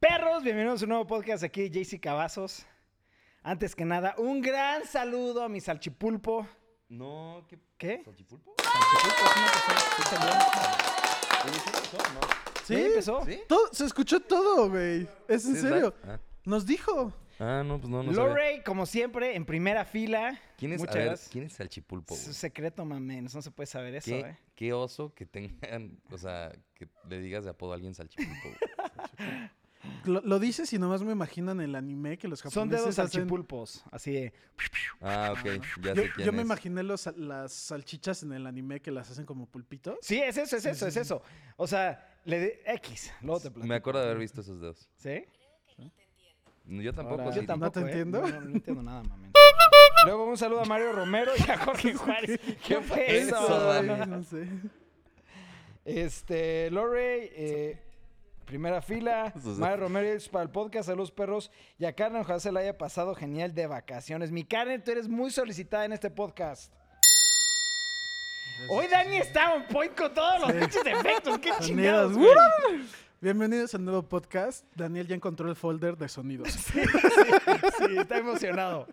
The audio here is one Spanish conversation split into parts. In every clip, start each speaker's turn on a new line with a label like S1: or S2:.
S1: Perros, bienvenidos a un nuevo podcast aquí, JC Cavazos. Antes que nada, un gran saludo a mi salchipulpo.
S2: No, ¿qué?
S1: ¿Qué?
S2: ¿Salchipulpo?
S1: Salchipulpo, ¿sí me empezó? ¿Sí salió?
S2: Oye, ¿sí empezó o no?
S1: ¿Sí? empezó?
S2: ¿Sí?
S3: Todo- se escuchó todo, güey. Es en
S2: Sí, es
S3: serio.
S2: live.
S3: Nos dijo.
S2: Ah. Ah, no, pues no, no sabía.
S1: Lorey, como siempre, en primera fila.
S2: ¿Quién es, a
S1: Muchas
S2: ver,
S1: gracias.
S2: ¿quién es Salchipulpo? güey?
S1: Su secreto, mames, no se puede saber eso,
S2: ¿Qué,
S1: ¿eh?
S2: qué oso que tengan, o sea, que le digas de apodo a alguien Salchipulpo. güey.
S3: Lo, lo dices y nomás me imaginan el anime que los japoneses
S1: Son dedos
S3: hacen.
S1: salchipulpos, así de...
S2: Ah, ok, ya
S3: Yo,
S2: sé quién
S3: yo me
S2: es.
S3: imaginé los, las salchichas en el anime que las hacen como pulpitos.
S1: Sí, es eso, es eso, es eso. O sea, le de... X, luego te platico.
S2: Me acuerdo de haber visto esos dedos.
S1: ¿Sí?
S2: No, Yo tampoco.
S1: Ahora,
S2: sí.
S1: yo tampoco,
S3: te
S1: ¿eh?
S3: entiendo.
S1: No, no entiendo nada, mames. Luego un saludo a Mario Romero y a Jorge Juárez. ¿Qué fue
S2: Eso,
S1: eso?
S3: Ay,
S2: Dani.
S3: no sé.
S1: Este, Lorey, eh, primera fila.
S2: Eso sí.
S1: Mario Romero es para el podcast Saludos Perros. Y a Karen, ojalá se la haya pasado genial de vacaciones. Mi Karen, tú eres muy solicitada en este podcast. Hoy Dani está on point con todos los pinches efectos. Qué chingados,
S3: Sonidos.
S1: güey.
S3: ¡Uh! Bienvenidos al nuevo podcast. Daniel ya encontró el folder de sonidos.
S1: Sí, sí, sí, está emocionado.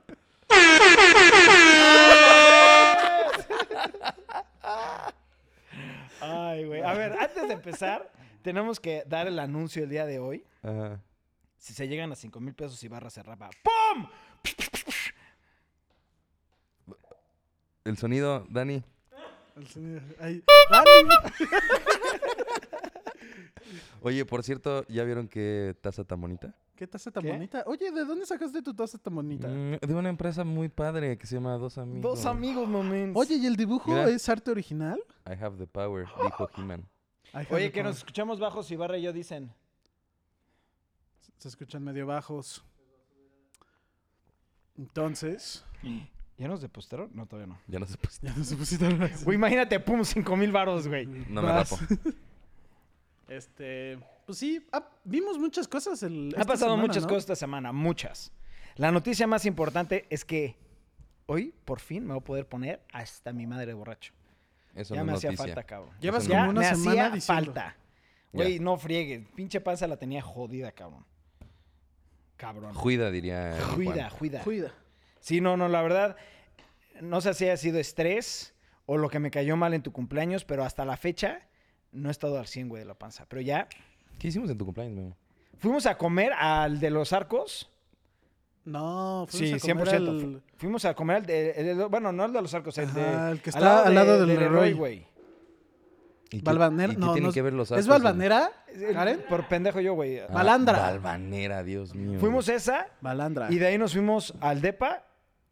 S1: Ay, güey. A ver, antes de empezar, tenemos que dar el anuncio el día de hoy.
S2: Ajá.
S1: Si se llegan a 5 mil pesos y barra se rapa. ¡Pum!
S2: El sonido, Dani.
S3: El sonido. Ahí. Ah, ¡Dani!
S2: Oye, por cierto, ¿ya vieron qué taza tan bonita?
S3: ¿Qué taza tan
S1: ¿Qué?
S3: bonita? Oye, ¿de dónde sacaste tu taza tan bonita?
S2: Mm, de una empresa muy padre que se llama Dos Amigos.
S1: Dos amigos, moments.
S3: Oye, ¿y el dibujo
S2: Mira.
S3: es arte original?
S2: I have the power, dijo He-Man.
S3: Ay,
S1: Oye,
S3: Harry
S1: que
S3: Potter.
S1: nos escuchamos bajos y barra y yo dicen.
S3: Se escuchan medio bajos. Entonces,
S1: ¿Ya nos depositaron? No, todavía no.
S2: Ya no se pusiste.
S3: ya no se pusieron así.
S1: Güey, imagínate, pum, 5 mil baros, güey.
S2: No me
S3: Vas.
S2: rapo.
S3: Este, pues sí, ah, vimos muchas cosas. El,
S1: Ha
S3: esta
S1: pasado
S3: semana,
S1: muchas
S3: ¿no?
S1: cosas esta semana, muchas. La noticia más importante es que hoy, por fin, me voy a poder poner hasta mi madre de borracho.
S2: Eso
S1: ya me
S2: no es
S1: hacía
S2: noticia.
S1: falta, cabrón.
S3: Llevas
S1: ya
S3: como una
S1: me
S3: semana
S1: hacía
S3: diciendo.
S1: falta. Güey,
S2: Ya.
S1: no friegues. Pinche panza la tenía jodida, cabrón. Cabrón.
S2: Juida, diría. Juan.
S1: Juida, juida.
S3: Cuida.
S1: Sí, no, no, la verdad, no sé si haya sido estrés o lo que me cayó mal en tu cumpleaños, pero hasta la fecha no he estado al 100, güey, de la panza. Pero ya,
S2: ¿Qué hicimos en tu cumpleaños, Memo?
S1: fuimos a comer al de los arcos.
S3: No,
S1: Sí,
S3: fuimos a comer
S1: 100%.
S3: al-
S1: Fu- Fuimos a comer al de, el de- Bueno, no al de los arcos, el de.
S3: Ajá, el que está al lado del Leroy.
S1: güey.
S2: ¿Y qué-
S3: Balvanera.
S2: y qué
S3: No,
S2: tienen
S3: no,
S2: que ver los
S3: ¿Es
S2: arcos en-
S3: Balvanera? ¿Karen?
S1: Por pendejo yo, güey.
S2: Ah,
S3: Balandra.
S2: Balvanera, Dios mío.
S1: Fuimos esa
S3: Balandra.
S1: y de ahí nos fuimos al DEPA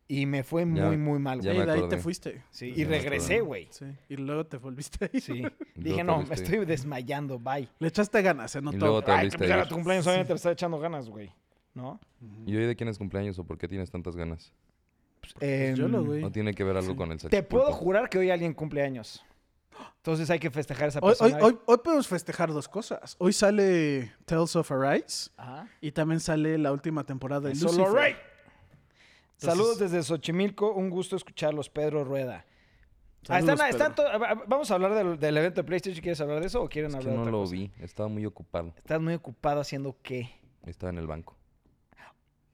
S1: y me fue muy, muy mal,
S2: ya
S1: güey.
S2: me
S3: Y de ahí te
S2: acordé.
S3: fuiste.
S1: Sí,
S2: ya
S1: y
S2: me
S1: regresé,
S2: acordé.
S1: güey.
S3: Sí, y luego te volviste ahí.
S1: Sí.
S2: Luego
S1: Dije,
S2: te
S1: no, me
S2: fuiste.
S1: estoy desmayando, bye.
S3: Le echaste ganas, se notó.
S2: luego te-
S1: Ay,
S2: volviste
S1: que
S2: a
S1: era
S2: ir.
S1: tu cumpleaños, obviamente le estaba echando ganas, güey. ¿No?
S2: ¿Y hoy de quién es cumpleaños o por qué tienes tantas ganas?
S1: Em,
S3: Pues, yo lo, güey.
S2: ¿No tiene que ver algo con el sexo?
S1: Te puedo jurar que hoy alguien cumple años. Entonces hay que festejar esa
S3: Hoy, hoy,
S1: persona.
S3: hoy, hoy podemos festejar dos cosas. Hoy sale Tales of Arise
S1: Ajá.
S3: y también sale la última temporada de
S1: Solo
S3: Lucifer.
S1: Rey.
S3: Entonces-
S1: Saludos desde Xochimilco, un gusto escucharlos, Pedro Rueda. Ah,
S3: Saludos,
S1: están- están
S3: Pedro.
S1: to- a- a- vamos a hablar del, del evento de PlayStation. ¿Quieres hablar de eso o quieren
S2: Es que
S1: hablar de
S2: no
S1: otra
S2: lo
S1: cosa?
S2: vi. Estaba muy ocupado.
S1: ¿Estás muy ocupado haciendo qué?
S2: Estaba en el banco.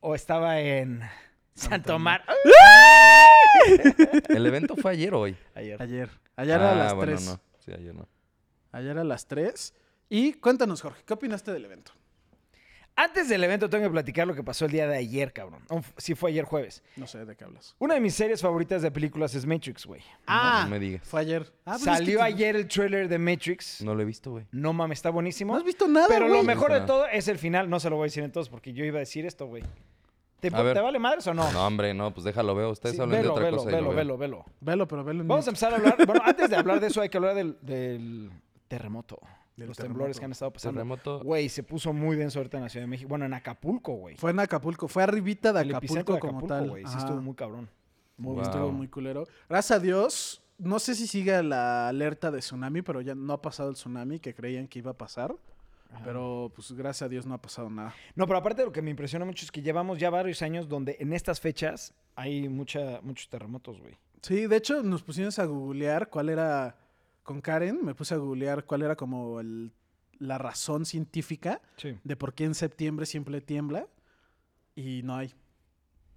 S1: ¿O estaba en Santo Mar?
S2: ¿El evento fue ayer o hoy?
S1: Ayer.
S3: Ayer. Ayer a
S2: Ah,
S3: las
S2: bueno,
S3: 3.
S2: no. Sí, ayer no.
S3: Ayer a las 3. Y cuéntanos, Jorge, ¿qué opinaste del evento?
S1: Antes del evento tengo que platicar lo que pasó el día de ayer, cabrón. O f- Sí fue ayer jueves.
S3: No sé de qué hablas.
S1: Una de mis series favoritas de películas es Matrix, güey.
S2: no me digas.
S3: Fue ayer. Ah, pues es que
S1: Salió
S3: tú-
S1: ayer el trailer de Matrix. No,
S2: No lo he visto, güey.
S1: mames, está buenísimo.
S3: No has visto nada,
S1: Pero lo
S3: güey.
S1: mejor de
S2: Ajá.
S1: todo es el final. No se lo voy a decir entonces porque yo iba a decir esto, güey. ¿Te,
S2: A ver.
S1: ¿te vale madres o no?
S2: No, hombre, no, pues déjalo, veo. Ustedes
S1: Sí,
S2: hablan de
S1: velo,
S2: otra
S1: velo,
S2: cosa. y
S1: velo,
S2: lo veo.
S1: velo, velo.
S3: Velo, pero velo. en
S1: Vamos a
S3: mute.
S1: empezar a hablar. Bueno, antes de hablar de eso, hay que hablar del, del terremoto. De
S3: Del
S1: los temblores
S3: terremoto.
S1: que han estado pasando.
S2: Terremoto.
S1: Güey, se puso muy denso ahorita en la Ciudad de México. Bueno, en Acapulco, güey.
S3: Fue en Acapulco. Fue arribita de
S1: El epicentro
S3: Acapulco,
S1: de
S3: como
S1: Acapulco,
S3: tal.
S1: güey. Sí,
S3: Ajá.
S1: estuvo muy cabrón.
S3: Muy-
S2: Wow.
S3: Estuvo muy culero. Gracias a Dios, no sé si sigue la alerta de tsunami, pero ya no ha pasado el tsunami que creían que iba a pasar. Pero pues gracias a Dios no ha pasado nada.
S1: No, pero aparte de lo que me impresiona mucho es que llevamos ya varios años donde en estas fechas hay mucha, muchos terremotos, güey.
S3: Sí, de hecho nos pusimos a googlear cuál era, con Karen me puse a googlear cuál era como el la razón científica
S1: Sí.
S3: de por qué en septiembre siempre tiembla y no hay.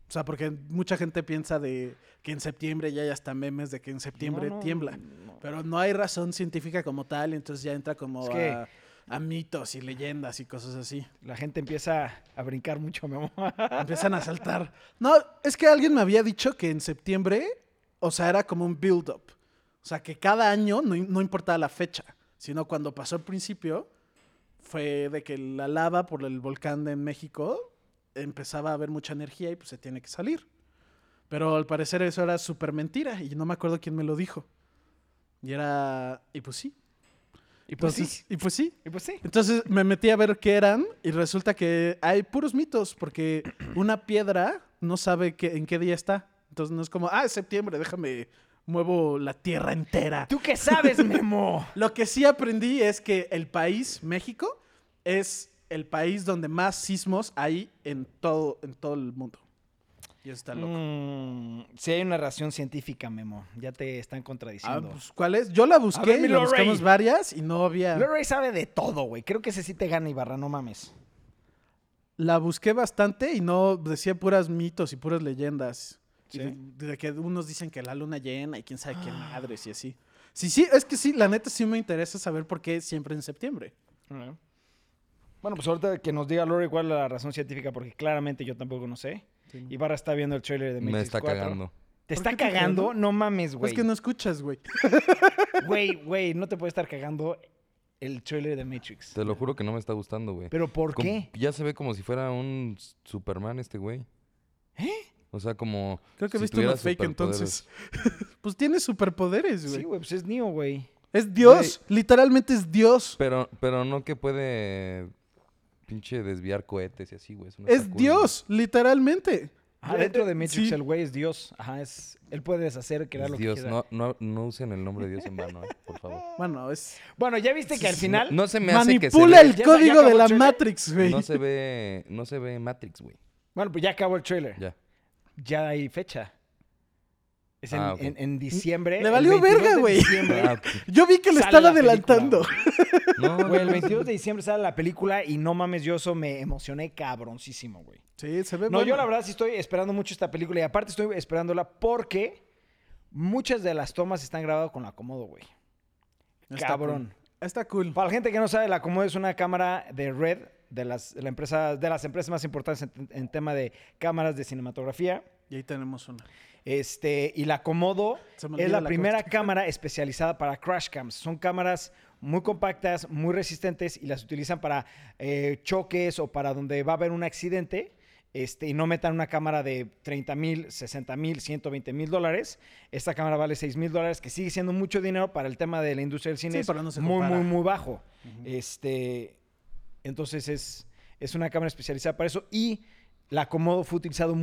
S3: O sea, porque mucha gente piensa de que en septiembre ya hay hasta memes de que en septiembre
S1: No, no,
S3: tiembla.
S1: no.
S3: Pero no hay razón científica como tal, entonces ya entra como
S1: Es que-
S3: a, a mitos y leyendas y cosas así.
S1: La gente empieza a brincar mucho, mi amor.
S3: Empiezan a saltar. No, es que alguien me había dicho que en septiembre, o sea, era como un build-up. O sea, que cada año no, no importaba la fecha, sino cuando pasó al principio, fue de que la lava por el volcán de México empezaba a haber mucha energía y pues se tiene que salir. Pero al parecer eso era súper mentira y no me acuerdo quién me lo dijo. Y era... Y pues sí.
S1: Y pues
S3: Entonces-
S1: sí.
S3: Y pues sí.
S1: Y pues sí.
S3: Entonces me metí a ver qué eran y resulta que hay puros mitos porque una piedra no sabe qué- en qué día está. Entonces no es como, ah, es septiembre, déjame, muevo la tierra entera.
S1: ¿Tú qué sabes, Memo?
S3: Lo que sí aprendí es que el país, México, es el país donde más sismos hay en todo, en todo el mundo. Y eso está loco.
S1: Mm, sí hay una razón científica, Memo. Ya te están
S3: Ah,
S1: contradiciendo.
S3: pues, ¿cuál es? Yo la busqué,
S1: ver, mi
S3: y la
S1: Lorraine.
S3: buscamos varias y no había...
S1: Leroy sabe de todo, güey. Creo que ese sí te gana, Ibarra, no mames.
S3: La busqué bastante y no decía puras mitos y puras leyendas. Y
S1: Sí. Ah.
S3: De, de que unos dicen que la luna llena y quién sabe qué madres y así. Sí, sí, es que sí, la neta sí me interesa saber por qué siempre en septiembre.
S1: Bueno, pues ahorita que nos diga Lori cuál es la razón científica, porque claramente yo tampoco no sé.
S3: Mm.
S1: Ibarra está viendo el trailer de
S2: Me
S1: Matrix
S2: está
S1: 4.
S2: cagando.
S1: ¿Te
S3: ¿Por
S1: está
S3: qué te
S1: cagando?
S3: cagando?
S1: No mames, güey.
S3: Es pues, que no escuchas, güey.
S1: Güey, güey, no te puede estar cagando el trailer de Matrix.
S2: Te lo juro que no me está gustando, güey.
S1: ¿Pero por
S2: Com-
S1: qué?
S2: Ya se ve como si fuera un s- Superman este güey.
S1: ¿Eh?
S2: O sea, como.
S3: Creo que
S2: si
S3: viste
S2: tuviera
S3: una fake
S2: superpoderes.
S3: entonces. pues tiene superpoderes,
S1: Sí,
S3: güey.
S1: güey, pues es Neo, güey.
S3: es Dios, literalmente es Dios.
S2: Pero, pero no que puede. Pinche desviar cohetes y así, güey. Eso no está
S3: Es
S2: cool,
S3: Dios, literalmente.
S1: Ah,
S3: Eh,
S1: dentro de
S3: eh,
S1: Matrix
S3: sí.
S1: el güey es Dios. Ajá, es... Él puede deshacer,
S2: güey.
S1: crear
S2: Es
S1: lo que
S2: Dios,
S1: quiera.
S2: no, no, no usen el nombre de Dios en vano, eh, por favor.
S3: Bueno, es...
S1: Bueno, ya viste que al final...
S2: No, no se me hace que se
S3: Manipula
S2: ve-
S1: Ya-
S3: el
S1: ya
S3: código
S1: acabó
S3: de
S1: el
S3: la
S1: trailer.
S3: Matrix, güey.
S2: No se ve. No se ve Matrix, güey.
S1: Bueno, pues ya acabó el trailer. Ya,
S2: Ya.
S1: hay fecha. Es en,
S2: Ah, ok.
S1: en- en diciembre.
S3: Le
S1: el
S3: valió
S1: 22
S3: verga,
S1: de
S3: güey.
S1: diciembre.
S2: Ah, ok.
S3: Yo vi que lo
S1: Sale
S3: están
S1: la película,
S3: adelantando.
S1: güey.
S2: No,
S1: Güey, el 22 de diciembre sale la película y no mames, yo eso me emocioné cabroncísimo, güey.
S3: Sí, se ve
S1: No, yo
S3: buena.
S1: la verdad sí estoy esperando mucho esta película y aparte estoy esperándola porque muchas de las tomas están grabadas con la Komodo, güey.
S3: Está
S1: Cabrón.
S3: cool. Está cool.
S1: Para la gente que no sabe, la Komodo es una cámara de red de las, de la empresa, de las empresas más importantes en, en tema de cámaras de cinematografía.
S3: Y ahí tenemos una.
S1: Este, y la Komodo
S3: Se me
S1: es
S3: olvida
S1: la,
S3: la
S1: primera cámara especializada para crash cams. Son cámaras muy compactas, muy resistentes y las utilizan para eh, choques o para donde va a haber un accidente. Este, y no metan una cámara de 30 mil, 60 mil, 120 mil dólares. Esta cámara vale 6 mil dólares, que sigue siendo mucho dinero para el tema de la industria del cine.
S3: Sí,
S1: es
S3: pero no se
S1: muy,
S3: compara.
S1: muy, muy bajo. Este, entonces es, es una cámara especializada para eso. Y la Komodo fue utilizado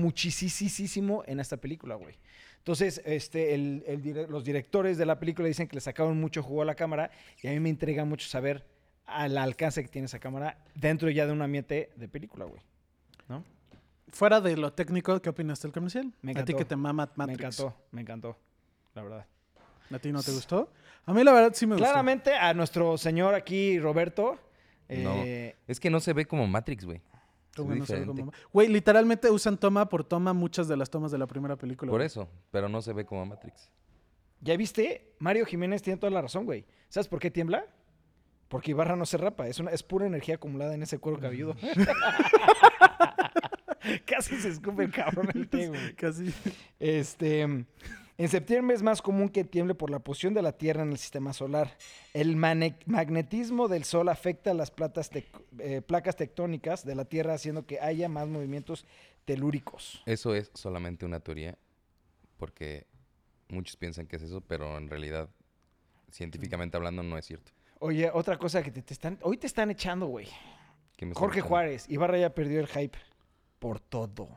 S1: muchísimo en esta película, güey. Entonces, este, el- el dire- los directores de la película dicen que le sacaron mucho jugo a la cámara y a mí me intriga mucho saber al alcance que tiene esa cámara dentro ya de un ambiente de película, güey. ¿No?
S3: Fuera de lo técnico, ¿qué opinaste del comercial?
S1: Me
S3: A ti
S1: encantó.
S3: que te mama Matrix.
S1: Me encantó, me encantó, la verdad.
S3: ¿A ti no te gustó? A mí la verdad sí me gustó.
S1: Claramente a nuestro señor aquí, Roberto, eh,
S2: Es que no se ve como Matrix, güey.
S3: Tú,
S2: Es
S3: güey, no sabes
S2: diferente.
S3: cómo- Güey, literalmente usan toma por toma muchas de las tomas de la primera película.
S2: Por
S3: güey.
S2: eso, pero no se ve como Matrix.
S1: ya viste, Mario Jiménez tiene toda la razón, güey. ¿Sabes por qué tiembla? Porque Ibarra no se rapa, es, una, es pura energía acumulada en ese cuero cabelludo. Casi se escupe el cabrón el té, güey.
S3: Casi.
S1: Este, en septiembre es más común que tiemble por la posición de la Tierra en el sistema solar. El mane- magnetismo del Sol afecta las platas tec- eh, placas tectónicas de la Tierra, haciendo que haya más movimientos telúricos.
S2: Eso es solamente una teoría, porque muchos piensan que es eso, pero en realidad, científicamente hablando, no es cierto.
S1: Oye, otra cosa que te, te están, hoy te están echando, güey.
S2: ¿Qué me están
S1: Jorge
S2: diciendo?
S1: Juárez, Ibarra ya perdió el hype por todo.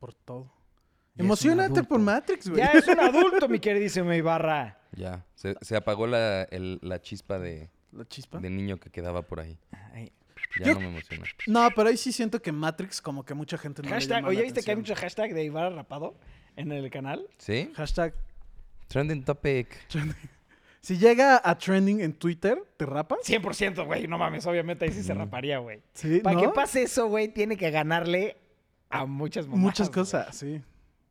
S3: Por todo.
S1: Ya es un
S3: Emocionate por
S1: adulto.
S3: Matrix, güey.
S1: Ya es un adulto, mi queridísimo Ibarra.
S2: Ya, se, se apagó la, el- la chispa de,
S3: La chispa.
S2: de niño que quedaba por ahí.
S1: Ay.
S2: Ya
S3: ¿Ah? Yo-
S2: no me emociona.
S3: No, pero ahí sí siento que Matrix como que mucha gente no le
S1: Hashtag,
S3: llama
S1: oye,
S3: la
S1: ¿viste que hay mucho
S3: atención.
S1: hashtag de Ibarra rapado en el canal?
S2: ¿Sí?
S3: Hashtag.
S2: Trending topic.
S3: Si llega a trending en Twitter, ¿te rapas?
S1: 100%, güey. No mames, obviamente ahí sí se raparía, güey.
S3: Sí,
S1: Para
S3: ¿no?
S1: que pase eso, güey, tiene que ganarle a muchas mamadas,
S3: Muchas
S1: güey.
S3: cosas, sí.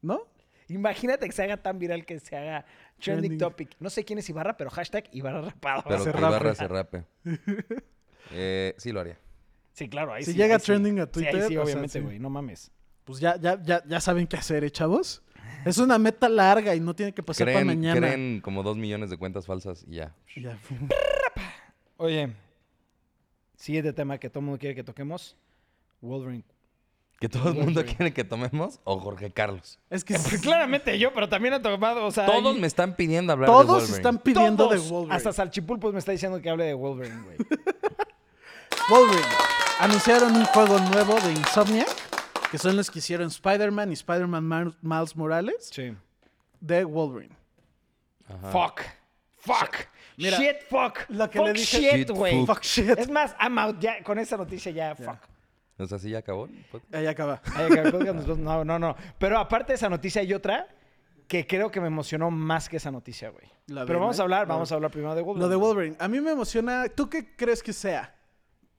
S3: ¿No?
S1: Imagínate que se haga tan viral que se haga trending,
S3: Trending.
S1: topic. No sé quién es Ibarra, pero hashtag Ibarra rapado.
S2: Pero
S3: se
S2: que
S3: rape.
S2: Ibarra se rape. Eh, sí, lo haría.
S1: Sí, claro, ahí
S3: Si
S1: sí,
S3: llega
S1: ahí sí.
S3: trending a
S1: Sí, ahí sí,
S3: Twitter, o sea,
S1: obviamente,
S3: sí.
S1: güey, no mames.
S3: Pues ya, ya, ya, ya saben qué hacer, ¿eh, chavos? Es una meta larga y no tiene que pasar para
S2: Creen,
S3: mañana.
S2: creen como dos millones de cuentas falsas y ya.
S3: Ya.
S1: Oye, siguiente tema que todo el mundo quiere que toquemos. Wolverine.
S2: ¿Que todo el mundo quiere que tomemos o Jorge Carlos?
S3: Es que sí,
S1: Pues Claramente yo, pero también ha tomado, o sea...
S2: Todos
S1: ahí-
S2: me están pidiendo hablar de
S3: todos
S2: Wolverine.
S3: están pidiendo
S1: todos,
S3: de Wolverine.
S1: Hasta Salchipulpos me está diciendo que hable de Wolverine, güey.
S3: Wolverine. Anunciaron un juego nuevo de Insomniac, que son los que hicieron Spider-Man y Spider-Man Mar- Miles Morales,
S1: sí.
S3: de Wolverine.
S2: Ajá.
S1: Fuck. Fuck.
S3: Mira,
S1: shit, fuck.
S3: lo que
S1: fuck
S3: le dije-
S1: shit,
S2: Shit,
S1: güey.
S3: Fuck shit.
S1: Es más, I'm out. Ya, con esa noticia ya, fuck.
S2: O sea, sí ya acabó. el podcast?
S3: Ahí acaba.
S1: Ay, que el podcast nos- No, no, no. Pero aparte de esa noticia hay otra que creo que me emocionó más que esa noticia, güey. Pero
S3: La verdad,
S1: vamos a hablar,
S3: la
S1: vamos a
S3: verdad.
S1: hablar primero de Wolverine.
S3: Lo de Wolverine. A mí me emociona. ¿Tú qué crees que sea?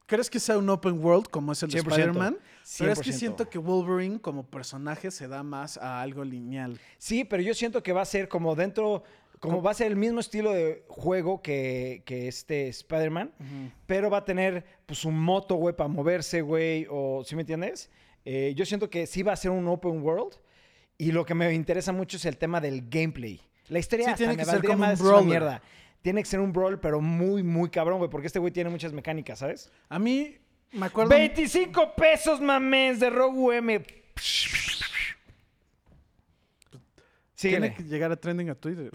S3: ¿Crees que sea un open world como es el de
S1: 100%.
S3: Spider-Man? Pero es que
S1: 100%.
S3: siento que Wolverine como personaje se da más a algo lineal.
S1: Sí, pero yo siento que va a ser como dentro, como va a ser el mismo estilo de juego que, que este Spider-Man, pero va a tener pues un moto, güey, para moverse, güey, o ¿sí me entiendes? Eh, yo siento que sí va a ser un open world y lo que me interesa mucho es el tema del gameplay. La historia
S3: Sí,
S1: hasta
S3: tiene
S1: me
S3: que ser
S1: valdría
S3: como un
S1: más una
S3: brawler.
S1: mierda. Tiene que ser un brawl, pero muy, muy cabrón, güey, porque este güey tiene muchas mecánicas, ¿sabes?
S3: A mí me acuerdo...
S1: 25 pesos, mames, de Rogue M.
S3: Tiene
S1: Síguele.
S3: que llegar a trending a Twitter.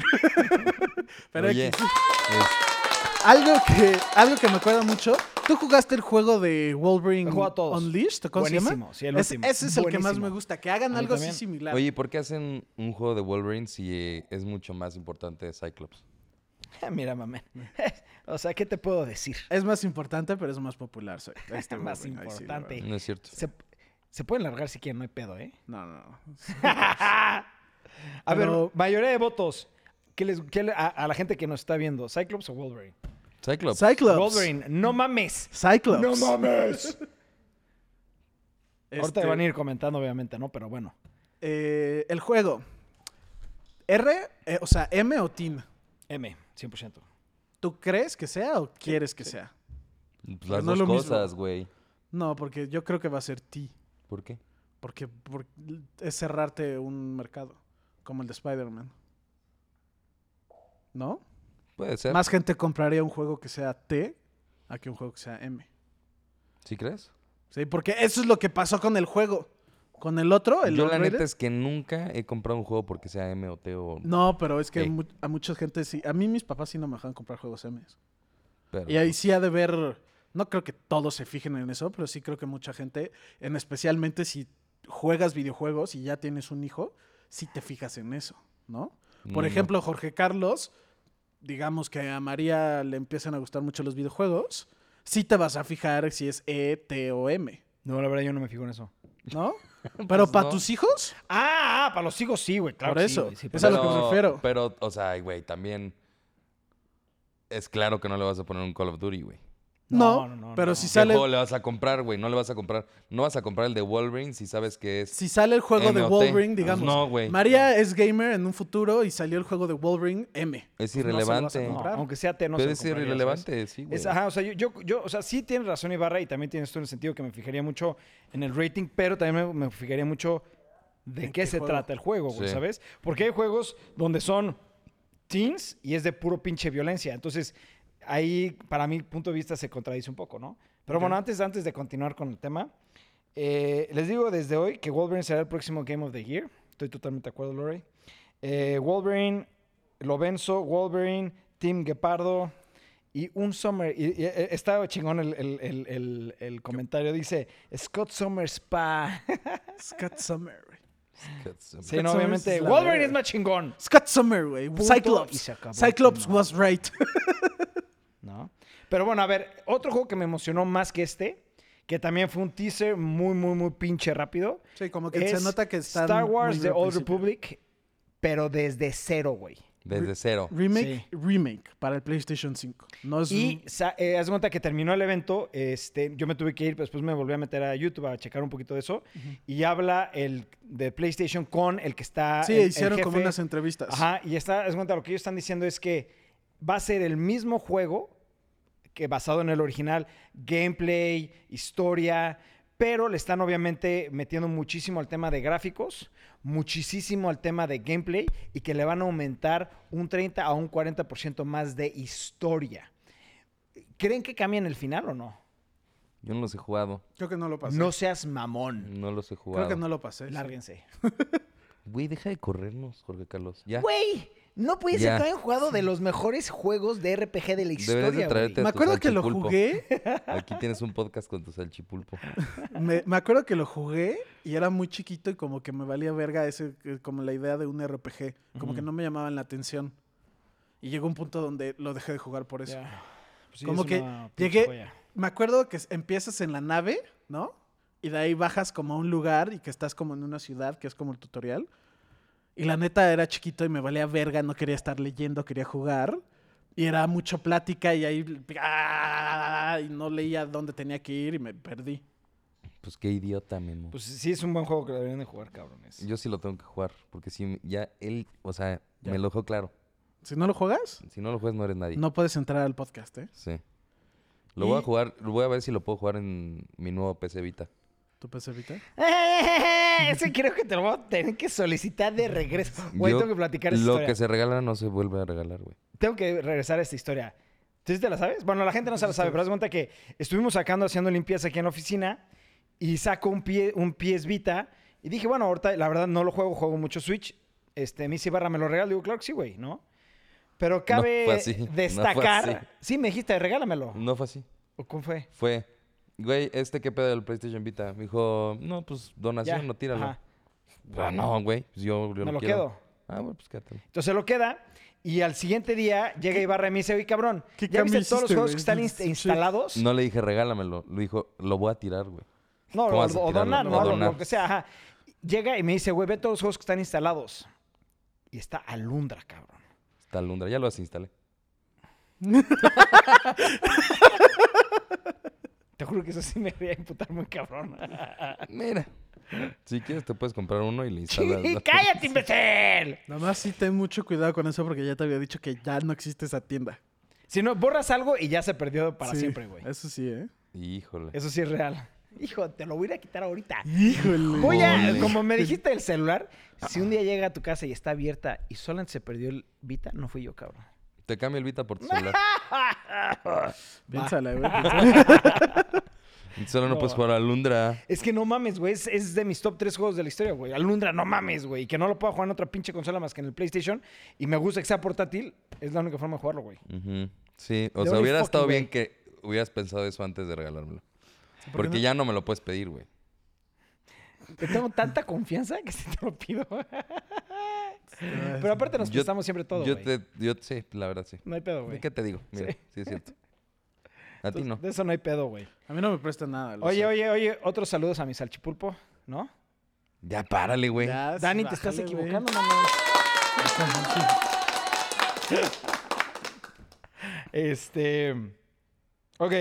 S3: Pero
S2: Oye,
S3: X. Pues,
S2: es-
S3: Algo que, algo que me acuerda mucho. ¿Tú jugaste el juego de Wolverine
S1: Lo juego a todos.
S3: Unleashed? ¿Cómo se
S1: Buenísimo,
S3: llama?
S1: sí, el
S3: Es-
S1: último.
S3: ese es el que más
S1: Buenísimo.
S3: me gusta. Que hagan
S1: A mí
S3: algo así
S1: también.
S3: similar.
S2: oye, ¿por qué hacen un juego de Wolverine si eh, es mucho más importante de Cyclops?
S1: Ah, Mira, mamá. o sea, ¿qué te puedo decir?
S3: Es más importante, pero es más popular. soy- este
S1: Más
S3: Wolverine, ahí sí, la
S1: importante.
S3: verdad.
S2: No es cierto.
S1: Se, se pueden largar si quieren, no hay pedo, ¿eh?
S3: no, no. no.
S1: A
S3: Pero-
S1: ver, mayoría de votos. ¿Qué les, qué le- a, a la gente que nos está viendo? ¿Cyclops o Wolverine?
S2: Cyclops.
S3: Cyclops.
S1: Wolverine, no mames.
S3: Cyclops.
S1: No mames.
S3: Este,
S1: Ahorita van a ir comentando, obviamente, ¿no? Pero bueno.
S3: eh, el juego. R, eh, o sea, M o Team.
S1: M, 100%.
S3: ¿Tú crees que sea o quieres que sea?
S2: Pues
S3: no
S2: las
S3: es
S2: dos
S3: lo mismo.
S2: cosas, güey.
S3: No, porque yo creo que va a ser T.
S2: ¿Por qué?
S3: Porque, por- es cerrarte un mercado, como el de Spider-Man. ¿No?
S2: Puede ser.
S3: Más gente compraría un juego que sea T a que un juego que sea M.
S2: ¿Sí crees?
S3: Sí, porque eso es lo que pasó con el juego. Con el otro, el
S2: Yo la
S3: Unrated,
S2: neta es que nunca he comprado un juego porque sea M o T o...
S3: No, pero es que
S2: Ey.
S3: mu- a mucha gente sí. A mí mis papás sí no me dejan comprar juegos M.
S2: pero-
S3: Y ahí sí ha de ver. No creo que todos se fijen en eso, pero sí creo que mucha gente, en especialmente si juegas videojuegos y ya tienes un hijo, sí te fijas en eso, ¿no? Por
S2: No.
S3: ejemplo, Jorge Carlos, digamos que a María le empiezan a gustar mucho los videojuegos, sí te vas a fijar si es E, T o M,
S1: No, la verdad, yo no me fijo en eso.
S3: ¿no? Pero para
S2: Pues no.
S3: tus hijos,
S1: Ah, ah, para los hijos sí, güey. Claro
S3: Por
S1: que sí,
S3: eso.
S1: güey, sí,
S3: Es a lo que me
S2: Pero-
S3: refiero.
S2: Pero, o sea, güey, también... Es claro que no le vas a poner un Call of Duty, güey.
S3: no,
S1: No, no, no,
S3: pero
S1: no.
S3: si
S1: ¿Qué
S2: ¿Qué
S3: sale
S2: juego le vas a comprar, güey? No le vas a comprar... No vas a comprar el de Wolverine si sabes que es...
S3: si sale el juego de
S2: MOT.
S3: Wolverine,
S2: Pues
S3: digamos.
S2: no, güey.
S3: María es gamer en un futuro y salió el juego de Wolverine M.
S2: Es
S3: no se lo vas a
S2: irrelevante.
S1: No,
S3: comprar.
S1: aunque sea T, no se
S2: Pero
S1: lo
S2: es
S1: compraría, ¿sabes?
S2: irrelevante, sí, güey.
S1: Es- ajá, o sea, yo, yo, yo- o sea, sí tienes razón Ibarra y también tienes tú en el sentido que me fijaría mucho en el rating, pero también me, me fijaría mucho de
S3: ¿En
S1: qué,
S3: qué
S1: se
S3: juego?
S1: trata el juego, güey,
S2: Sí.
S1: ¿sabes? Porque hay juegos donde son teens y es de puro pinche violencia. Entonces, ahí, para mi punto de vista, se contradice un poco, ¿no? Pero bueno, antes, antes de continuar con el tema, eh, les digo desde hoy que Wolverine será el próximo Game of the Year. Estoy totalmente de acuerdo, Lori. Eh, Wolverine, Lobenzo, Wolverine, Tim Guepardo y un Summer. Y, y, eh, está chingón el, el- el- el- el comentario. Dice Scott Summers pa.
S3: Scott Summer. güey.
S1: sí,
S3: Scott
S1: no,
S3: Summers
S1: obviamente.
S3: es la
S1: Wolverine
S3: verga.
S1: es más chingón.
S3: Scott Summer, güey.
S1: Punto y
S3: Cyclops.
S1: se acabó el
S3: Cyclops
S1: tema.
S3: was right.
S1: ¿no? Pero bueno, a ver, otro juego que me emocionó más que este, que también fue un teaser muy, muy, muy pinche rápido.
S3: Sí, como que se
S1: es
S3: nota que están
S1: Star
S3: muy
S1: Wars The
S3: al
S1: Old
S3: principio.
S1: Republic, pero desde cero, güey.
S2: Desde cero.
S3: Remake,
S1: Sí.
S3: remake para el PlayStation 5. Pues No es
S1: Y
S3: un-
S1: sa- eh, haz de cuenta que terminó el evento, este, yo me tuve que ir, pero después me volví a meter a YouTube a checar un poquito de eso. Y habla el de PlayStation con el que está.
S3: Sí,
S1: el- el
S3: hicieron como
S1: jefe.
S3: unas entrevistas.
S1: Ajá, y está, haz de cuenta, lo que ellos están diciendo es que va a ser el mismo juego que basado en el original, gameplay, historia, pero le están obviamente metiendo muchísimo al tema de gráficos, muchísimo al tema de gameplay y que le van a aumentar un 30 a un 40% más de historia. ¿Creen que cambian el final o no?
S2: Yo no los he jugado.
S3: Creo que no lo pasé.
S1: No seas mamón.
S2: No los he jugado.
S3: Creo que no lo pasé.
S2: Mm.
S3: sí.
S1: Lárguense.
S2: Güey, deja de corrernos, Jorge Carlos. Ya.
S1: Güey, no puede ser
S2: Ya.
S1: que hayan jugado de los mejores juegos de RPG de la historia.
S2: Deberías de traerte
S1: güey.
S2: a
S3: Me
S2: tu
S3: acuerdo que lo
S2: salchipulpo.
S3: jugué
S2: Aquí tienes un podcast con tu salchipulpo.
S3: Me, me acuerdo que lo jugué y era muy chiquito y como que me valía verga ese, eh, como la idea de un RPG. Como que
S1: Ujú.
S3: no me llamaban la atención. Y llegó un punto donde lo dejé de jugar por eso.
S1: Ya. Pues sí,
S3: Como
S1: es
S3: que
S1: una pinche
S3: llegué-
S1: joya.
S3: Me acuerdo que s- empiezas en la nave, ¿no? Y de ahí bajas como a un lugar y que estás como en una ciudad, que es como el tutorial. Y la neta era chiquito y me valía verga, no quería estar leyendo, quería jugar. Y era mucho plática y ahí... ¡ah! Y no leía dónde tenía que ir y me perdí.
S2: Pues qué idiota, Memo.
S1: Pues sí, es un buen juego que deberían de jugar, cabrones.
S2: Yo sí lo tengo que jugar, porque si m- ya él, o sea, me lo dejó claro.
S3: Si no lo juegas,
S2: Si no lo juegas no eres nadie.
S3: no puedes entrar al podcast, ¿eh?
S2: Sí. Lo voy
S3: Y-
S2: a jugar, lo voy a ver si lo puedo jugar en mi nuevo PC Vita.
S3: ¿Tú PC Vita?
S1: Ese creo que te lo voy a tener que solicitar de regreso. Güey,
S2: Yo-
S1: tengo que platicar esta
S2: Lo
S1: historia.
S2: que se regala no se vuelve a regalar, güey.
S1: Tengo que regresar a esta historia. ¿Tú sí te la sabes? Bueno, la gente no se la sabe, pero haz de cuenta que estuvimos sacando, haciendo limpieza aquí en la oficina y saco un pie, un pies Vita y dije, bueno, ahorita la verdad no lo juego, juego mucho Switch. Este, mi barra me lo regala, digo, claro que sí, güey, ¿no? Pero cabe
S2: fue así, no fue
S1: destacar.
S2: así.
S1: Sí, me dijiste, regálamelo.
S2: No fue así.
S1: ¿O ¿Cómo fue?
S2: Fue, güey, este qué pedo del PlayStation Vita. Me dijo, no, pues donación,
S1: Ya,
S2: no tíralo.
S1: ajá.
S2: Ah, no, güey, pues yo, yo
S1: Me lo
S2: quiero.
S1: quedo.
S2: Ah, bueno, pues quédate.
S1: Entonces lo queda y al siguiente día llega Ibarra y me dice, oye, cabrón,
S3: ¿Qué
S1: ¿ya
S3: cambio
S1: viste todos los
S3: hiciste,
S1: juegos
S3: güey?
S1: que están inst-
S3: Sí.
S1: instalados?
S2: No le dije regálamelo, le dijo, lo voy a tirar, güey.
S1: No,
S2: ¿Cómo
S1: o,
S2: vas a
S1: o
S2: tirarlo?
S1: donar,
S2: O
S1: ¿no? Lo- Lo,
S2: donar.
S1: que sea, ajá. Llega y me dice, güey, ve todos los juegos que están instalados. Y está Alundra, cabrón.
S2: Está Lundra, ya lo desinstalé.
S1: Te juro que eso sí me voy a imputar muy cabrón.
S2: "Ah, Mira, si quieres te puedes comprar uno y le instalas.
S1: Sí,
S2: ¿no?
S1: ¡Cállate, imbécil!
S3: Nada más sí ten mucho cuidado con eso porque ya te había dicho que ya no existe esa tienda.
S1: Si no, borras algo y ya se perdió para
S3: Sí,
S1: siempre, güey.
S3: Eso sí, ¿eh?
S2: Híjole.
S1: Eso sí es real. Hijo, te lo voy a ir a quitar ahorita.
S3: Híjole.
S1: Voy a,
S2: Híjole.
S1: como me dijiste el celular, si un día llega a tu casa y está abierta y solamente se perdió el Vita, no fui yo, cabrón.
S2: Te cambio el Vita por tu celular.
S3: Piénsala, güey.
S2: Solo no puedes jugar a Lundra.
S1: Es que no mames, güey. Es, es de mis top 3 juegos de la historia, güey. Alundra, no mames, güey. Y Que no lo pueda jugar en otra pinche consola más que en el PlayStation. Y me gusta que sea portátil. Es la única forma de jugarlo, güey.
S2: Ujú. Sí,
S1: The
S2: o sea,
S1: only
S2: hubiera
S1: fucking
S2: estado bien
S1: way.
S2: que hubieras pensado eso antes de regalármelo.
S3: ¿por qué
S2: Porque
S3: no?
S2: ya no me lo puedes pedir, güey.
S1: Te tengo tanta confianza que sí te lo pido.
S3: Ah,
S1: Pero aparte nos
S2: Yo-
S1: prestamos siempre todo,
S2: Yo
S1: güey.
S2: te, yo sí, la verdad sí.
S1: No hay pedo, güey.
S2: ¿De qué te digo? Mira, sí, es cierto. A ti no.
S1: De eso no hay pedo, güey.
S3: A mí no me presta nada. lo
S1: Oye,
S3: sé.
S1: oye, oye. Otros saludos a mi salchipulpo, ¿no?
S2: Ya párale, güey.
S3: Ya, sí,
S1: Dani, te estás
S3: bájale, güey.
S1: equivocando, mamá. Este... Ok.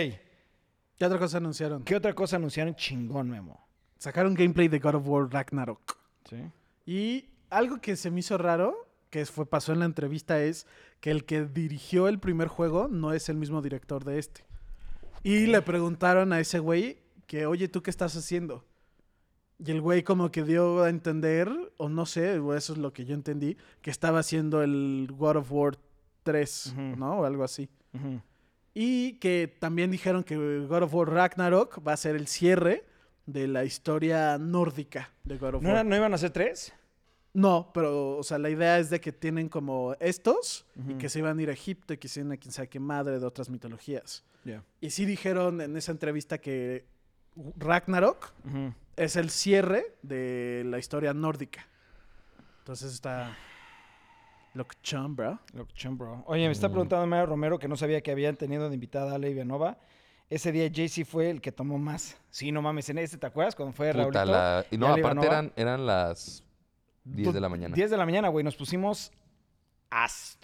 S3: ¿Qué otra cosa anunciaron?
S1: ¿Qué otra cosa anunciaron chingón, Memo?
S3: Sacaron gameplay de God of War Ragnarok.
S1: Sí.
S3: Y algo que se me hizo raro, que fue, pasó en la entrevista, es que el que dirigió el primer juego no es el mismo director de este. Y le preguntaron a ese güey que, oye, ¿tú qué estás haciendo? Y el güey como que dio a entender, o no sé, o eso es lo que yo entendí, que estaba haciendo el God of War 3,
S1: Ujú.
S3: ¿no? O algo así. Y que también dijeron que God of War Ragnarok va a ser el cierre de la historia nórdica de God of
S1: ¿No,
S3: War.
S1: era- ¿No iban a ser tres?
S3: No, pero, o sea, la idea es de que tienen como estos y
S1: Ujú.
S3: que se iban a ir a Egipto y que se iban a quién sabe qué madre de otras mitologías.
S1: Ya.
S3: Y sí dijeron en esa entrevista que Ragnarok es el cierre de la historia nórdica. Entonces está locochón, bro.
S1: Locochón, bro. Oye, me está preguntando Mario Romero que no sabía que habían tenido de invitada a Ley Villanueva. Ese día JC fue el que tomó más. Sí, no mames, en este, ¿te acuerdas? Cuando fue Raúl.
S2: Puta, la... y No,
S1: Ale Ivanova.
S2: aparte eran, eran las 10 de la mañana.
S1: 10 de la mañana, güey. Nos pusimos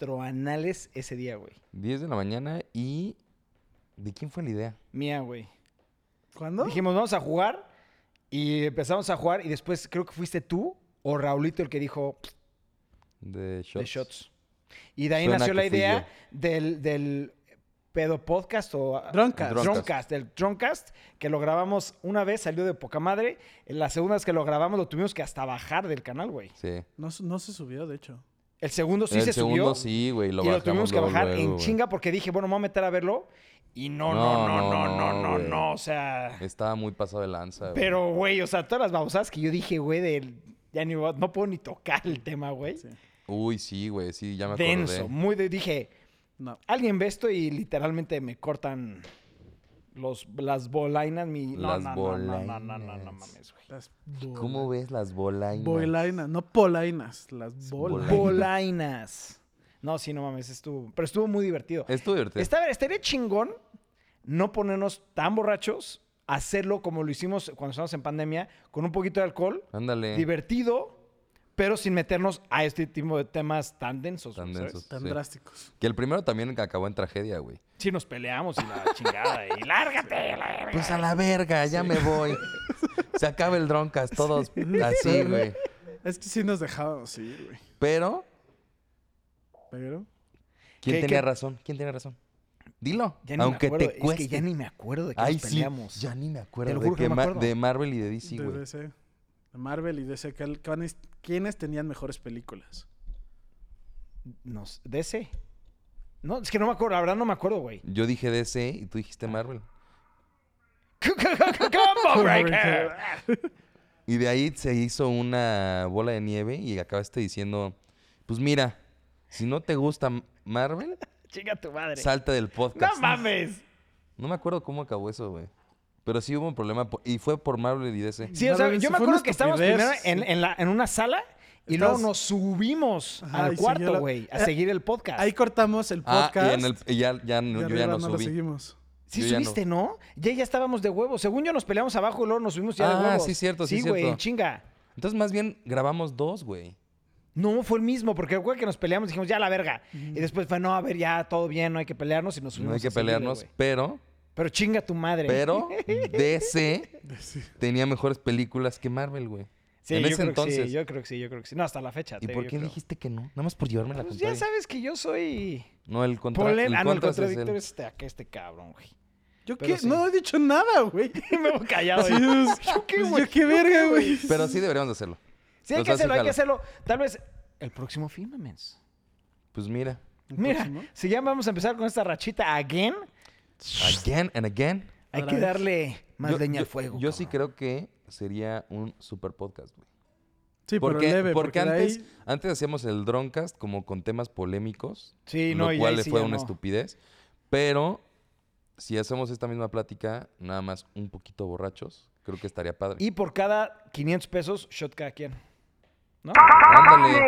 S1: astroanales ese día, güey.
S2: 10 de la mañana y... ¿De quién fue la idea?
S1: Mía, güey.
S3: ¿Cuándo?
S1: Dijimos, vamos a jugar. Y empezamos a jugar. Y después creo que fuiste tú o Raulito el que dijo
S2: De shots.
S1: de shots. Y de ahí
S2: Suena
S1: nació
S2: que
S1: la
S2: fui
S1: idea del, del pedo podcast o.
S3: Droncast.
S1: Droncast. El Droncast que lo grabamos una vez, salió de poca madre. En la segunda vez que lo grabamos lo tuvimos que hasta bajar del canal, güey.
S2: Sí.
S3: No, se- no se subió, de hecho.
S1: El segundo sí
S2: el
S1: se subió.
S2: segundo sí, güey. Lo
S1: y lo
S2: bajamos
S1: tuvimos que
S2: luego,
S1: bajar
S2: luego,
S1: en
S2: güey.
S1: chinga porque dije, bueno, me voy a meter a verlo. Y no, no, no, no, no, no, no.
S2: güey.
S1: o sea.
S2: Estaba muy pasado de lanza, güey.
S1: Pero, güey, o sea, todas las babosadas que yo dije, güey, del. Ya ni, no puedo ni tocar el tema, güey.
S3: Sí.
S2: Uy, sí, güey. Sí, ya me acordé.
S1: Denso, muy de, dije,
S3: No.
S1: alguien ve esto y literalmente me cortan los, las bolainas, mi... No,
S2: Las
S1: no, no, no, no, no, no, no
S2: bolainas.
S1: mames, güey.
S3: Las
S2: ¿Cómo ves las bolainas?
S3: Boilainas, no polainas, las bolas.
S2: Bolainas.
S1: Bolainas. No, sí, no mames, estuvo... Pero estuvo muy divertido.
S2: Estuvo divertido.
S1: Está, a ver, estaría chingón no ponernos tan borrachos, hacerlo como lo hicimos cuando estábamos en pandemia, con un poquito de alcohol,
S2: Ándale.
S1: divertido, pero sin meternos a este tipo de temas tan densos.
S2: Tan
S1: güey, ¿sabes?
S2: densos.
S3: Tan
S2: Sí.
S3: drásticos.
S2: Que el primero también acabó en tragedia, güey.
S1: Sí, nos peleamos y la chingada. y lárgate, la verga.
S2: Pues a la verga, ya me voy. Se acaba el Droncast, todos así, güey.
S3: Es que sí nos dejábamos ir, güey.
S2: Pero,
S3: Pero
S2: ¿quién
S1: ¿Qué-
S2: tenía
S1: qué?
S2: razón? ¿Quién tenía razón? Dilo.
S1: Ya ni me
S2: aunque
S1: acuerdo,
S2: te cueste.
S1: Es que ya ni me acuerdo de que
S2: Ay,
S1: nos
S2: sí.
S1: peleamos.
S2: Ya ni me
S1: Te
S2: acuerdo.
S1: lo
S2: De,
S1: juro que
S2: que
S1: no me
S2: ma-
S1: acuerdo.
S2: de Marvel y de DC,
S3: de
S2: güey.
S3: DC, de Marvel y DC, ¿cuál- cuáles- ¿quiénes tenían mejores películas?
S1: No sé, de ese. No, es que no me acuerdo, la verdad no me acuerdo, güey.
S2: Yo dije DC y tú dijiste Marvel.
S1: Combo Breaker.
S2: Y de ahí se hizo una bola de nieve y acabaste diciendo, pues mira, si no te gusta M- Marvel,
S1: Chinga tu madre.
S2: salta del
S1: no
S2: podcast.
S1: mames.
S2: No me acuerdo cómo acabó eso, güey. Pero sí hubo un problema po- y fue por Marvel y DC.
S1: Sí, o sea,
S3: Marvel,
S1: yo
S3: sí
S1: me
S3: fue
S1: acuerdo
S3: una
S1: que estábamos
S3: estupidez,
S1: primero en,
S3: sí.
S1: en la, en una sala y
S3: Estabas-
S1: luego nos subimos
S3: Ajá,
S1: al
S3: y
S1: cuarto,
S3: señala-
S1: güey, a
S3: Eh,
S1: seguir el podcast.
S3: Ahí cortamos el
S2: Ah,
S3: podcast.
S2: y, en el- y ya, ya no-
S3: y
S2: yo ya
S3: arriba
S2: no
S3: no lo
S2: subí.
S3: seguimos.
S1: sí
S2: yo ya no.
S1: subiste, no. Ya ya estábamos de huevo. Según yo nos peleamos abajo y luego nos subimos ya de
S2: Ah,
S1: huevos.
S2: sí, cierto, sí,
S1: Sí, güey,
S2: cierto.
S1: en chinga.
S2: Entonces más bien grabamos dos, güey.
S1: No, fue el mismo, porque recuerda que nos peleamos, dijimos, ya la verga. Y después fue, no, a ver, ya todo bien, no hay que pelearnos y nos
S2: No
S1: subimos.
S2: hay que
S1: a seguirle,
S2: pelearnos,
S1: güey.
S2: pero,
S1: pero chinga tu madre.
S2: pero DC
S3: Eh, Sí.
S2: tenía mejores películas que Marvel, güey.
S1: Sí,
S2: en
S1: yo
S2: ese
S1: creo que sí,
S2: entonces.
S1: yo creo que sí, yo creo que sí. No, hasta la fecha.
S2: ¿Y
S1: te
S2: por
S1: digo,
S2: qué
S1: yo creo.
S2: dijiste que no? Nada más por llevarme la
S1: Pues ya
S2: contraria.
S1: sabes que yo soy.
S2: No, el contrario.
S1: Ponle, ah, no, el
S2: es
S1: contradictor
S2: el-
S1: es este, acá, este cabrón, güey.
S3: Yo
S1: Pero
S3: qué,
S1: sí.
S3: no he dicho nada, güey.
S1: Me voy callado.
S3: Sí,
S1: güey.
S3: es-
S1: Yo qué,
S3: pues,
S1: güey,
S3: yo qué verga, güey.
S2: Pero sí deberíamos de hacerlo.
S1: Sí, hay
S2: Nos
S1: que
S2: hace
S1: hacerlo, hay que
S2: jala.
S1: hacerlo. Tal vez el próximo Firmaments.
S2: Pues mira.
S1: Mira,
S3: próximo?
S1: si ya vamos a empezar con esta rachita again,
S2: Again and again.
S1: hay
S3: Otra
S1: que
S3: vez.
S1: darle más
S2: Yo-
S1: leña
S2: yo-
S1: al fuego.
S2: Yo sí
S1: cabrón.
S2: creo que sería un super podcast, güey.
S3: Sí, pero
S2: Porque,
S3: leve,
S2: porque
S3: porque, de
S2: antes,
S3: ahí-
S2: antes hacíamos el Droncast como con temas polémicos.
S1: Sí,
S2: lo
S1: no, y ahí
S2: cual
S1: sí
S2: fue
S1: ya
S2: una
S1: no.
S2: estupidez. Pero si hacemos esta misma plática, nada más un poquito borrachos, creo que estaría padre.
S1: Y por cada 500 pesos, shot cada quien. ¿No?
S2: Ándale.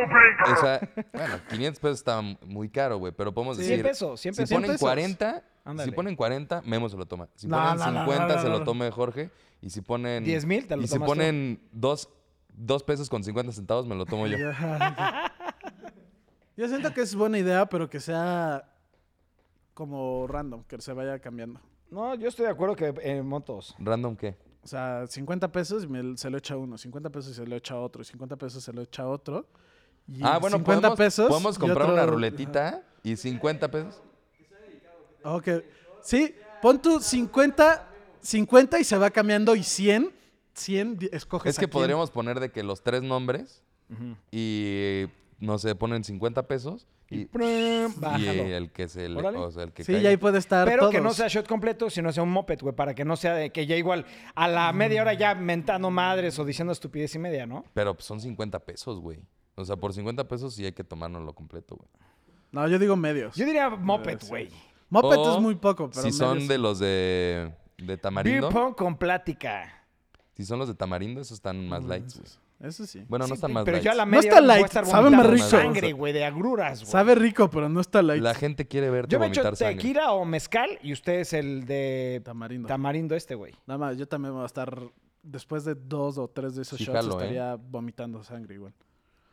S2: O sea, bueno, 500 pesos está muy caro, güey, pero podemos
S1: Sí,
S2: decir...
S1: 100 pesos, 100 pesos.
S2: Si ponen
S1: pesos.
S2: 40,
S1: Ándale.
S2: si ponen 40, Memo se lo toma. Si
S3: No,
S2: ponen
S3: no, no,
S2: 50,
S3: no, no,
S2: se
S3: no.
S2: lo tome Jorge. Y si ponen...
S1: 10,000 te lo
S2: Y si
S1: tomas tú.
S2: ponen 2 dos pesos con 50 centavos, me lo tomo yo.
S3: Yo siento que es buena idea, pero que sea como random, que se vaya cambiando.
S1: No, yo estoy de acuerdo que en montos.
S2: ¿Random qué?
S3: O sea, 50 pesos y me- se lo echa uno, 50 pesos y se lo echa otro, y 50 pesos se lo echa otro. y
S2: Ah, bueno,
S3: 50
S2: podemos,
S3: pesos
S2: podemos
S3: y
S2: comprar
S3: otro-
S2: una ruletita y 50 pesos.
S3: Ajá. Ah, Ok. Sí, pon tu 50, 50 y se va cambiando y 100, 100 di- escoges
S2: Es que
S3: a quién.
S2: podríamos poner de que los tres nombres y, no sé, ponen 50 pesos y, y
S1: Bájalo.
S2: el que se le-
S1: Órale.
S2: o sea, el que
S3: Sí, y
S2: caiga.
S3: ahí puede estar
S1: Pero que no
S3: todos.
S1: sea shot completo, sino sea un moped, güey, para que no sea de que ya igual a la media hora ya mentando madres o diciendo estupidez y media, ¿no?
S2: Pero pues, son 50 pesos, güey. O sea, por 50 pesos sí hay que tomarnos lo completo, güey.
S3: No, yo digo medios.
S1: Yo diría moped, güey.
S3: Moped
S2: O
S3: es muy poco, pero
S2: Si son
S3: medios-
S2: de los de, de
S1: Beer
S2: tamarindo.
S1: pong con plática.
S2: Si son los de tamarindo, esos están más
S3: No,
S2: lights,
S3: eso
S2: güey.
S3: sí. Eso sí.
S2: Bueno,
S1: Mm. Sí,
S2: no están
S1: güey,
S2: más
S1: Pero
S2: lights.
S1: yo a la
S3: No
S1: media
S3: está
S1: hora voy a
S3: light,
S1: estar
S3: sabe
S1: vomitando
S2: más rico.
S1: sangre, güey, de agruras, güey.
S3: Sabe rico, pero no está light.
S2: pues, La gente quiere verte
S1: Yo me echo
S2: vomitar sangre.
S1: tequila o mezcal y usted es el de
S3: Tamarindo.
S1: tamarindo este, güey.
S3: Nada más, yo también voy a estar después de dos o tres de esos
S2: Sí,
S3: shots
S2: jalo, ¿eh?
S3: estaría vomitando sangre igual.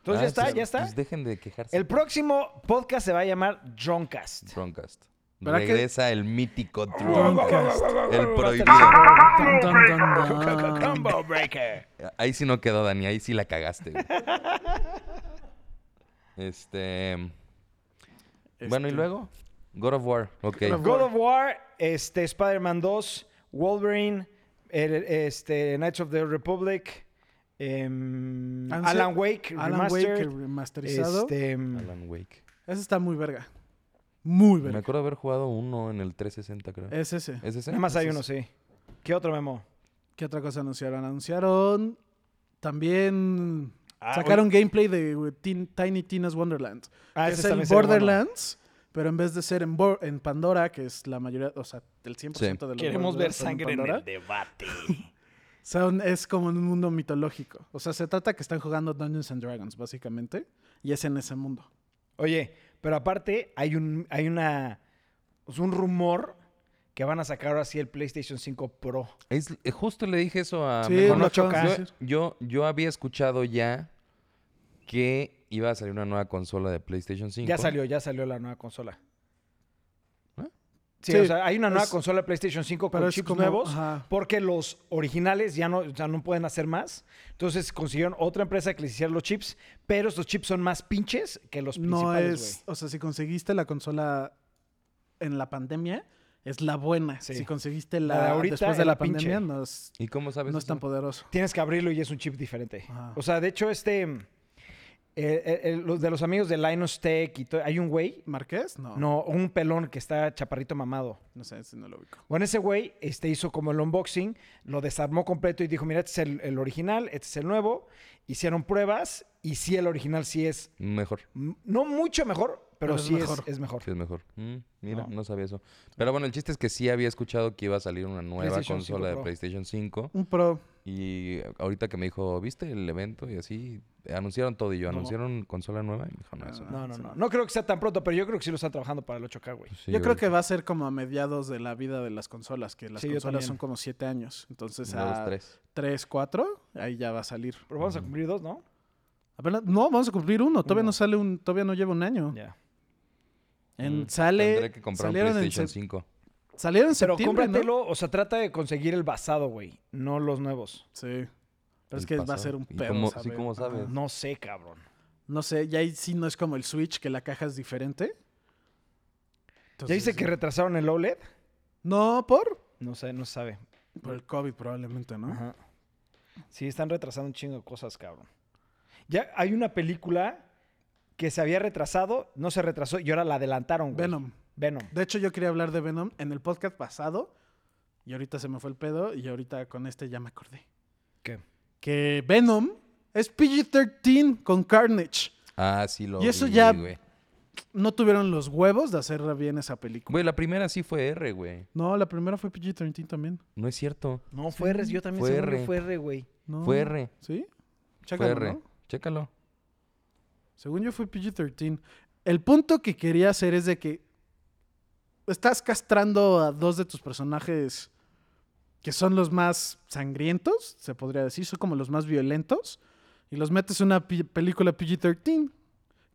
S1: Entonces
S2: Ah,
S1: ya está,
S2: pues-
S1: ya está.
S2: Pues dejen de quejarse.
S1: El próximo podcast se va a llamar Drunkcast.
S2: Troncast.
S3: ¿Verdad que-
S2: Regresa el mítico
S1: Oh,
S2: Troncast.
S3: Drunkcast.
S2: El prohibido.
S3: Dun, dun, dun, dun.
S1: Combo Breaker.
S2: Ahí sí no quedó, Dani. Ahí sí la cagaste. güey. Este. Bueno, y
S3: Este,
S2: luego. God of War. Ok.
S3: God of
S1: God of War, este, Spider-Man 2, Wolverine, el- este, Knights of the Republic, em,
S3: Han
S1: Alan
S3: sido-
S1: Wake,
S3: Alan Wake
S1: Remastered,
S3: remasterizado.
S1: este, em,
S2: Alan Wake.
S3: Ese está muy verga. Muy
S2: Me
S3: verga.
S2: acuerdo haber jugado uno en el 360, creo.
S3: Es ese.
S2: ¿Es ese?
S1: nada más hay
S2: ¿Es
S1: uno,
S2: ese?
S1: sí. ¿Qué otro memo?
S3: ¿Qué otra cosa anunciaron? Anunciaron también...
S1: Ah,
S3: sacaron gameplay de eh, Teen- Tiny Tina's Wonderland.
S1: Ah,
S3: que
S1: ese
S3: es el
S1: también se ve bueno.
S3: Borderlands, pero en vez de ser en, Bor- en Pandora, que es la mayoría, o sea, el 100% de
S2: Sí.
S3: los
S1: Queremos ver
S3: Borderlands son
S1: sangre en
S3: Pandora,
S1: el debate.
S3: son- es como en un mundo mitológico. O sea, se trata que están jugando Dungeons and Dragons, básicamente, y es en ese mundo.
S1: Oye, pero aparte hay un, hay una, es un rumor que van a sacar ahora sí el PlayStation 5 Pro.
S2: Es, eh, justo le dije eso a...
S3: Sí,
S2: Memo.
S1: no
S3: choca.
S2: Yo, yo, yo había escuchado ya que iba a salir una nueva consola de PlayStation 5.
S1: Ya salió, ya salió la nueva consola.
S2: ¿Eh?
S1: Sí,
S3: Sí,
S1: o sea, hay una nueva
S3: es-
S1: consola de PlayStation 5
S3: pero
S1: con
S3: es
S1: chips
S3: como-
S1: nuevos
S3: ajá.
S1: porque los originales ya no, o sea, no pueden hacer más. Entonces consiguieron otra empresa que les hiciera los chips, pero estos chips son más pinches que los
S3: No
S1: principales,
S3: es,
S1: güey.
S3: o sea, si conseguiste la consola en la pandemia, es la buena.
S1: Sí.
S3: Si conseguiste
S1: La
S3: la,
S1: de ahorita
S3: después de
S1: es
S3: la,
S1: la pinche.
S3: pandemia, no es,
S2: ¿Y cómo sabes
S3: no es tan
S2: eso?
S3: poderoso.
S1: Tienes que abrirlo y es un chip diferente.
S3: Ajá.
S1: O sea, de hecho, este... eh, eh, eh, los de los amigos de Linus Tech y todo, hay un güey,
S3: ¿Marqués? No. No,
S1: no, un pelón que está chaparrito mamado.
S3: sé, ese no lo ubico.
S1: Bueno, ese güey este, hizo como el unboxing, lo desarmó completo y dijo, mira, este es el, el original, este es el nuevo. Hicieron pruebas y sí, el original sí es,
S2: Mejor.
S1: mm, no mucho mejor, pero,
S3: Pero es
S1: sí es
S3: mejor.
S1: es, mejor.
S2: Que es mejor. Mm, mira,
S1: No.
S2: no. sabía eso. Pero bueno, el chiste es que sí había escuchado que iba a salir una nueva
S1: PlayStation 5
S2: consola de
S1: Pro.
S2: PlayStation 5.
S3: Un pro.
S2: Y ahorita que me dijo, ¿viste el evento? Y así, eh, anunciaron todo. Y yo,
S1: No.
S2: ¿anunciaron consola nueva? Y me dijo, no, eso no.
S1: No, no,
S3: sí,
S1: no.
S3: no.
S1: No creo que sea tan pronto, pero yo creo que sí lo están trabajando para el 8K, güey.
S2: Pues Sí,
S3: yo creo que
S2: ahorita.
S3: va a ser como a mediados de la vida de las consolas, que las
S1: Sí, yo
S3: consolas
S1: también.
S3: son como siete años. Entonces
S2: Una, dos,
S3: a
S2: tres.
S3: 3, 4, ahí ya va a salir.
S1: Pero vamos a cumplir dos, ¿no?
S3: Apenas- no, vamos a cumplir uno. Todavía
S1: Uno.
S3: no sale un, todavía no lleva un año.
S1: Ya.
S3: En,
S2: Mm,
S3: sale,
S2: Tendré que comprar un
S3: salieron, en
S2: PlayStation
S3: sep-
S2: 5.
S3: salieron en
S1: Pero
S3: septiembre, ¿no?
S1: cómpratelo, o sea, trata de conseguir el basado, güey, no los nuevos.
S3: Sí. Pero es
S2: El
S3: que va a
S2: pasado.
S3: ser un
S2: ¿Y
S3: pedo.
S2: cómo- sí,
S3: saber.
S2: cómo
S3: Ajá.
S2: sabes?
S1: No sé, cabrón.
S3: No sé, ya ahí sí no es como el Switch, que la caja es diferente.
S1: ¿Ya
S3: Entonces,
S1: viste que retrasaron el OLED?
S3: No, por.
S1: No sé, no sabe.
S3: Por el COVID, probablemente, ¿no?
S1: Ajá. Sí, están retrasando un chingo de cosas, cabrón. Ya hay una película que se había retrasado, no se retrasó y ahora la adelantaron, güey.
S3: Venom.
S1: Venom.
S3: De hecho, yo quería hablar de Venom en el podcast pasado. Y ahorita se me fue el pedo. Y ahorita con este ya me acordé.
S1: ¿Qué?
S3: Que Venom es PG-13 con Carnage.
S2: Ah, sí lo
S3: Y eso
S2: vi,
S3: ya-
S2: Güey.
S3: No tuvieron los huevos de hacer bien esa película.
S2: Güey, la primera sí fue R, güey.
S3: No, la primera fue PG-13 también.
S2: No es cierto.
S1: No, fue R, yo también
S2: Fue
S1: según yo
S2: R.
S1: fue R, güey.
S3: No.
S2: Fue R.
S3: ¿Sí?
S2: Fue
S3: Chécalo,
S2: R.
S3: ¿no?
S2: Chécalo.
S3: Según yo fue PG-13. El punto que quería hacer es de que estás castrando a dos de tus personajes que son los más sangrientos, se podría decir, son como los más violentos, y los metes en una pi- película PG-13.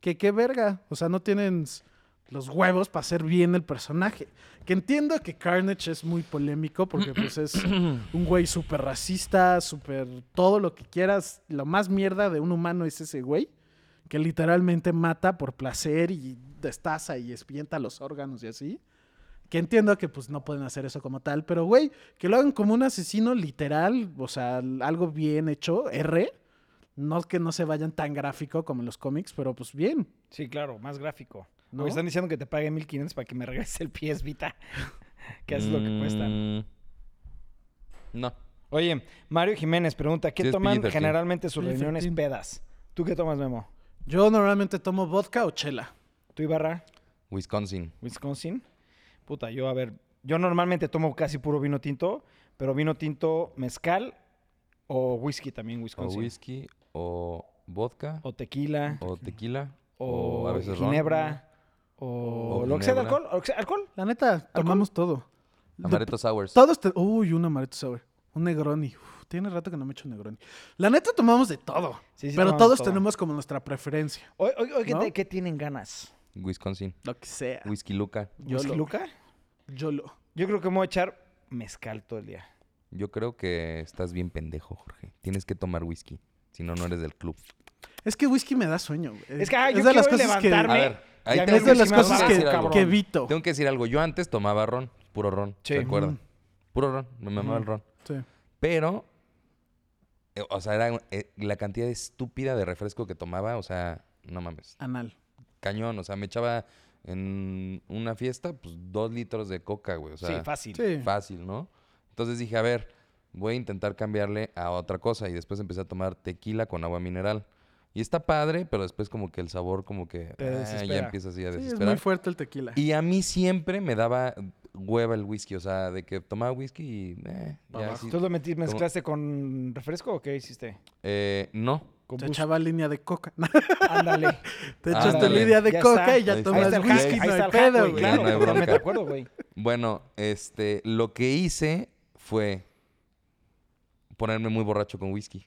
S3: Que qué verga, o sea, no tienen s- los huevos para hacer bien el personaje. Que entiendo que Carnage es muy polémico porque pues es un güey súper racista, súper todo lo que quieras, lo más mierda de un humano es ese güey que literalmente mata por placer y destaza y espienta los órganos y así. Que entiendo que pues no pueden hacer eso como tal, pero güey, que lo hagan como un asesino literal, o sea, algo bien hecho, R. No que no se vayan tan gráfico como en los cómics, pero pues bien.
S1: Sí, claro, más gráfico.
S3: ¿No?
S1: Me están diciendo que te pague 1500 para que me regrese el PS Vita. que es lo que cuesta.
S2: Mm, No.
S1: Oye, Mario Jiménez pregunta, ¿qué
S2: Sí, es
S1: toman
S2: PG-13.
S1: generalmente sus reuniones
S3: PG-13.
S1: pedas? ¿Tú qué tomas, Memo?
S3: Yo normalmente tomo vodka o chela.
S1: ¿Tú Ibarra?
S2: Wisconsin.
S1: Wisconsin. Puta, yo a ver, yo normalmente tomo casi puro vino tinto, pero vino tinto mezcal o whisky también
S2: O
S1: Wisconsin. O,
S2: whisky, o vodka,
S1: tequila, o,
S2: o tequila, o, a veces ron.
S1: ginebra, o,
S2: O
S1: lo que sea de
S2: ginebra.
S1: alcohol, o lo que sea- alcohol.
S3: La neta, tomamos todo.
S2: Amaretto sours.
S3: Todos te... Uy, un amaretto sour. Un Negroni. Uf, Tiene rato que no me echo Negroni. La neta tomamos de todo.
S1: Sí, sí,
S3: pero
S1: tomamos
S3: todos
S1: todo.
S3: tenemos como nuestra preferencia.
S1: Hoy, hoy- hoy ¿qué,
S3: ¿No?
S1: te- qué tienen ganas?
S2: Wisconsin.
S3: Lo que sea.
S2: Whisky Luca.
S3: Yo
S1: ¿Whisky
S3: lo-
S1: Luca?
S3: Yo lo.
S1: Yo creo que me voy a echar mezcal todo el día.
S2: Yo creo que estás bien pendejo, Jorge. Tienes que tomar whisky. Si no, no eres del club.
S3: Es que whisky me da sueño, güey.
S1: Es que ah, yo
S3: de las
S1: quiero
S3: cosas
S1: levantarme.
S2: A ver, ahí
S1: y a mí el
S2: tengo
S3: Es de
S1: whisky
S3: las
S1: me
S3: cosas
S1: va,
S2: vas a decir
S3: que,
S2: algo.
S3: que evito.
S2: Tengo que decir algo. Yo antes tomaba ron, puro ron.
S1: Sí.
S2: Recuerda.
S3: Ujú.
S2: Puro ron. Me mamaba el ron.
S3: Sí.
S2: Pero, eh, o sea, era eh, la cantidad estúpida de refresco que tomaba, o sea, no mames.
S3: Anal.
S2: Cañón, o sea, me echaba en una fiesta, pues dos litros de coca, güey. O sea,
S1: sí, fácil.
S3: Sí.
S2: fácil, ¿no? Entonces dije, a ver, voy a intentar cambiarle a otra cosa. Y después empecé a tomar tequila con agua mineral. Y está padre, pero después como que el sabor como que
S1: Te
S2: ah, ya
S1: desespera.
S2: empieza así a
S3: Sí, es
S2: desesperar.
S3: muy fuerte el tequila.
S2: Y a mí siempre me daba hueva el whisky, o sea, de que tomaba whisky y... eh,
S3: Pa'
S2: ya
S3: abajo.
S2: sí.
S1: ¿Tú lo metí- mezclaste con refresco o qué hiciste?
S2: Eh, no,
S1: Con
S3: Te
S1: boost.
S3: echaba línea de coca.
S1: Ándale.
S3: Te echaste
S2: Ándale.
S3: línea de
S1: Ya
S3: coca
S1: está.
S3: y ya
S2: Ahí
S1: Ahí
S3: tomas
S1: está el hack,
S3: whisky.
S1: ahí
S3: No
S1: está
S3: hay
S1: el hack,
S3: pedo,
S1: güey,
S3: güey.
S2: Ya
S1: Claro,
S2: no hay
S1: totalmente
S2: bronca.
S1: de acuerdo, güey.
S2: Bueno, este, lo que hice fue ponerme muy borracho con whisky.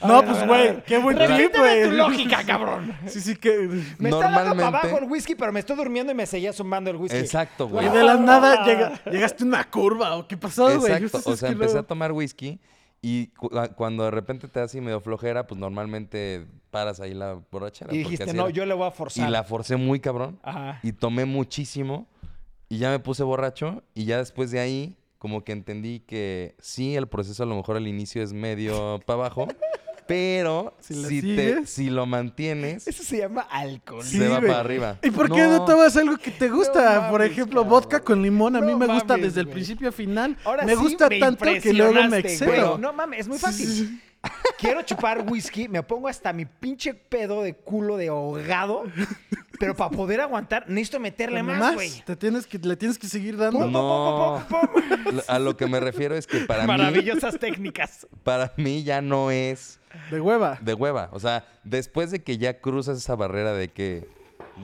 S1: A
S3: No,
S1: ver, a
S3: pues,
S1: ver, a
S3: güey.
S1: ver.
S3: Qué buen trip,
S1: Repíteme tu
S3: güey.
S1: lógica, cabrón.
S3: Sí, sí, que.
S1: Me está dando para
S2: Normalmente-
S1: abajo el whisky, pero me estoy durmiendo y me seguía sumando el whisky.
S2: Exacto,
S1: Y
S2: güey.
S3: Y de la nada llega- llegaste a una curva, ¿o qué pasó, güey?
S2: Exacto,
S3: Yo
S2: o
S3: es
S2: sea,
S3: que
S2: empecé
S3: no-
S2: a tomar whisky y cu- a- cuando de repente te das así medio flojera, pues normalmente paras ahí la borrachera.
S1: Y
S2: porque
S1: dijiste,
S2: así
S1: no,
S2: era.
S1: yo le voy a
S2: Y
S1: forzar.
S2: la forcé muy cabrón
S1: Ajá.
S2: y tomé muchísimo y ya me puse borracho y ya después de ahí como que entendí que sí, el proceso a lo mejor al inicio es medio para abajo, pero
S3: Si
S2: si,
S3: la
S2: te,
S3: sigues.
S2: si lo mantienes,
S1: Eso se llama alcohol.
S3: Sí,
S2: se va
S3: güey.
S2: para arriba.
S3: ¿Y por qué no tomas algo que te gusta?
S1: No
S3: Por
S1: mames,
S3: ejemplo,
S1: cabrón.
S3: vodka con limón. A mí
S1: No
S3: me gusta
S1: mames,
S3: desde el
S1: güey.
S3: principio a final.
S1: Ahora
S3: me
S1: sí
S3: gusta tanto que luego me
S1: impresionaste, güey.
S3: excedo.
S1: No mames, es muy
S3: Sí,
S1: fácil.
S3: sí, sí.
S1: Quiero chupar whisky, me pongo hasta mi pinche pedo de culo de ahogado, pero para poder aguantar necesito meterle más,
S3: Más,
S1: güey.
S3: te tienes que, le tienes que seguir dando.
S1: Pum,
S2: No.
S1: pum, pum, pum, pum,
S2: Lo- A lo que me refiero es que para
S1: pum.
S2: mí,
S1: Maravillosas técnicas.
S2: para mí ya no es
S3: De hueva.
S2: de hueva. O sea, después de que ya cruzas esa barrera de que,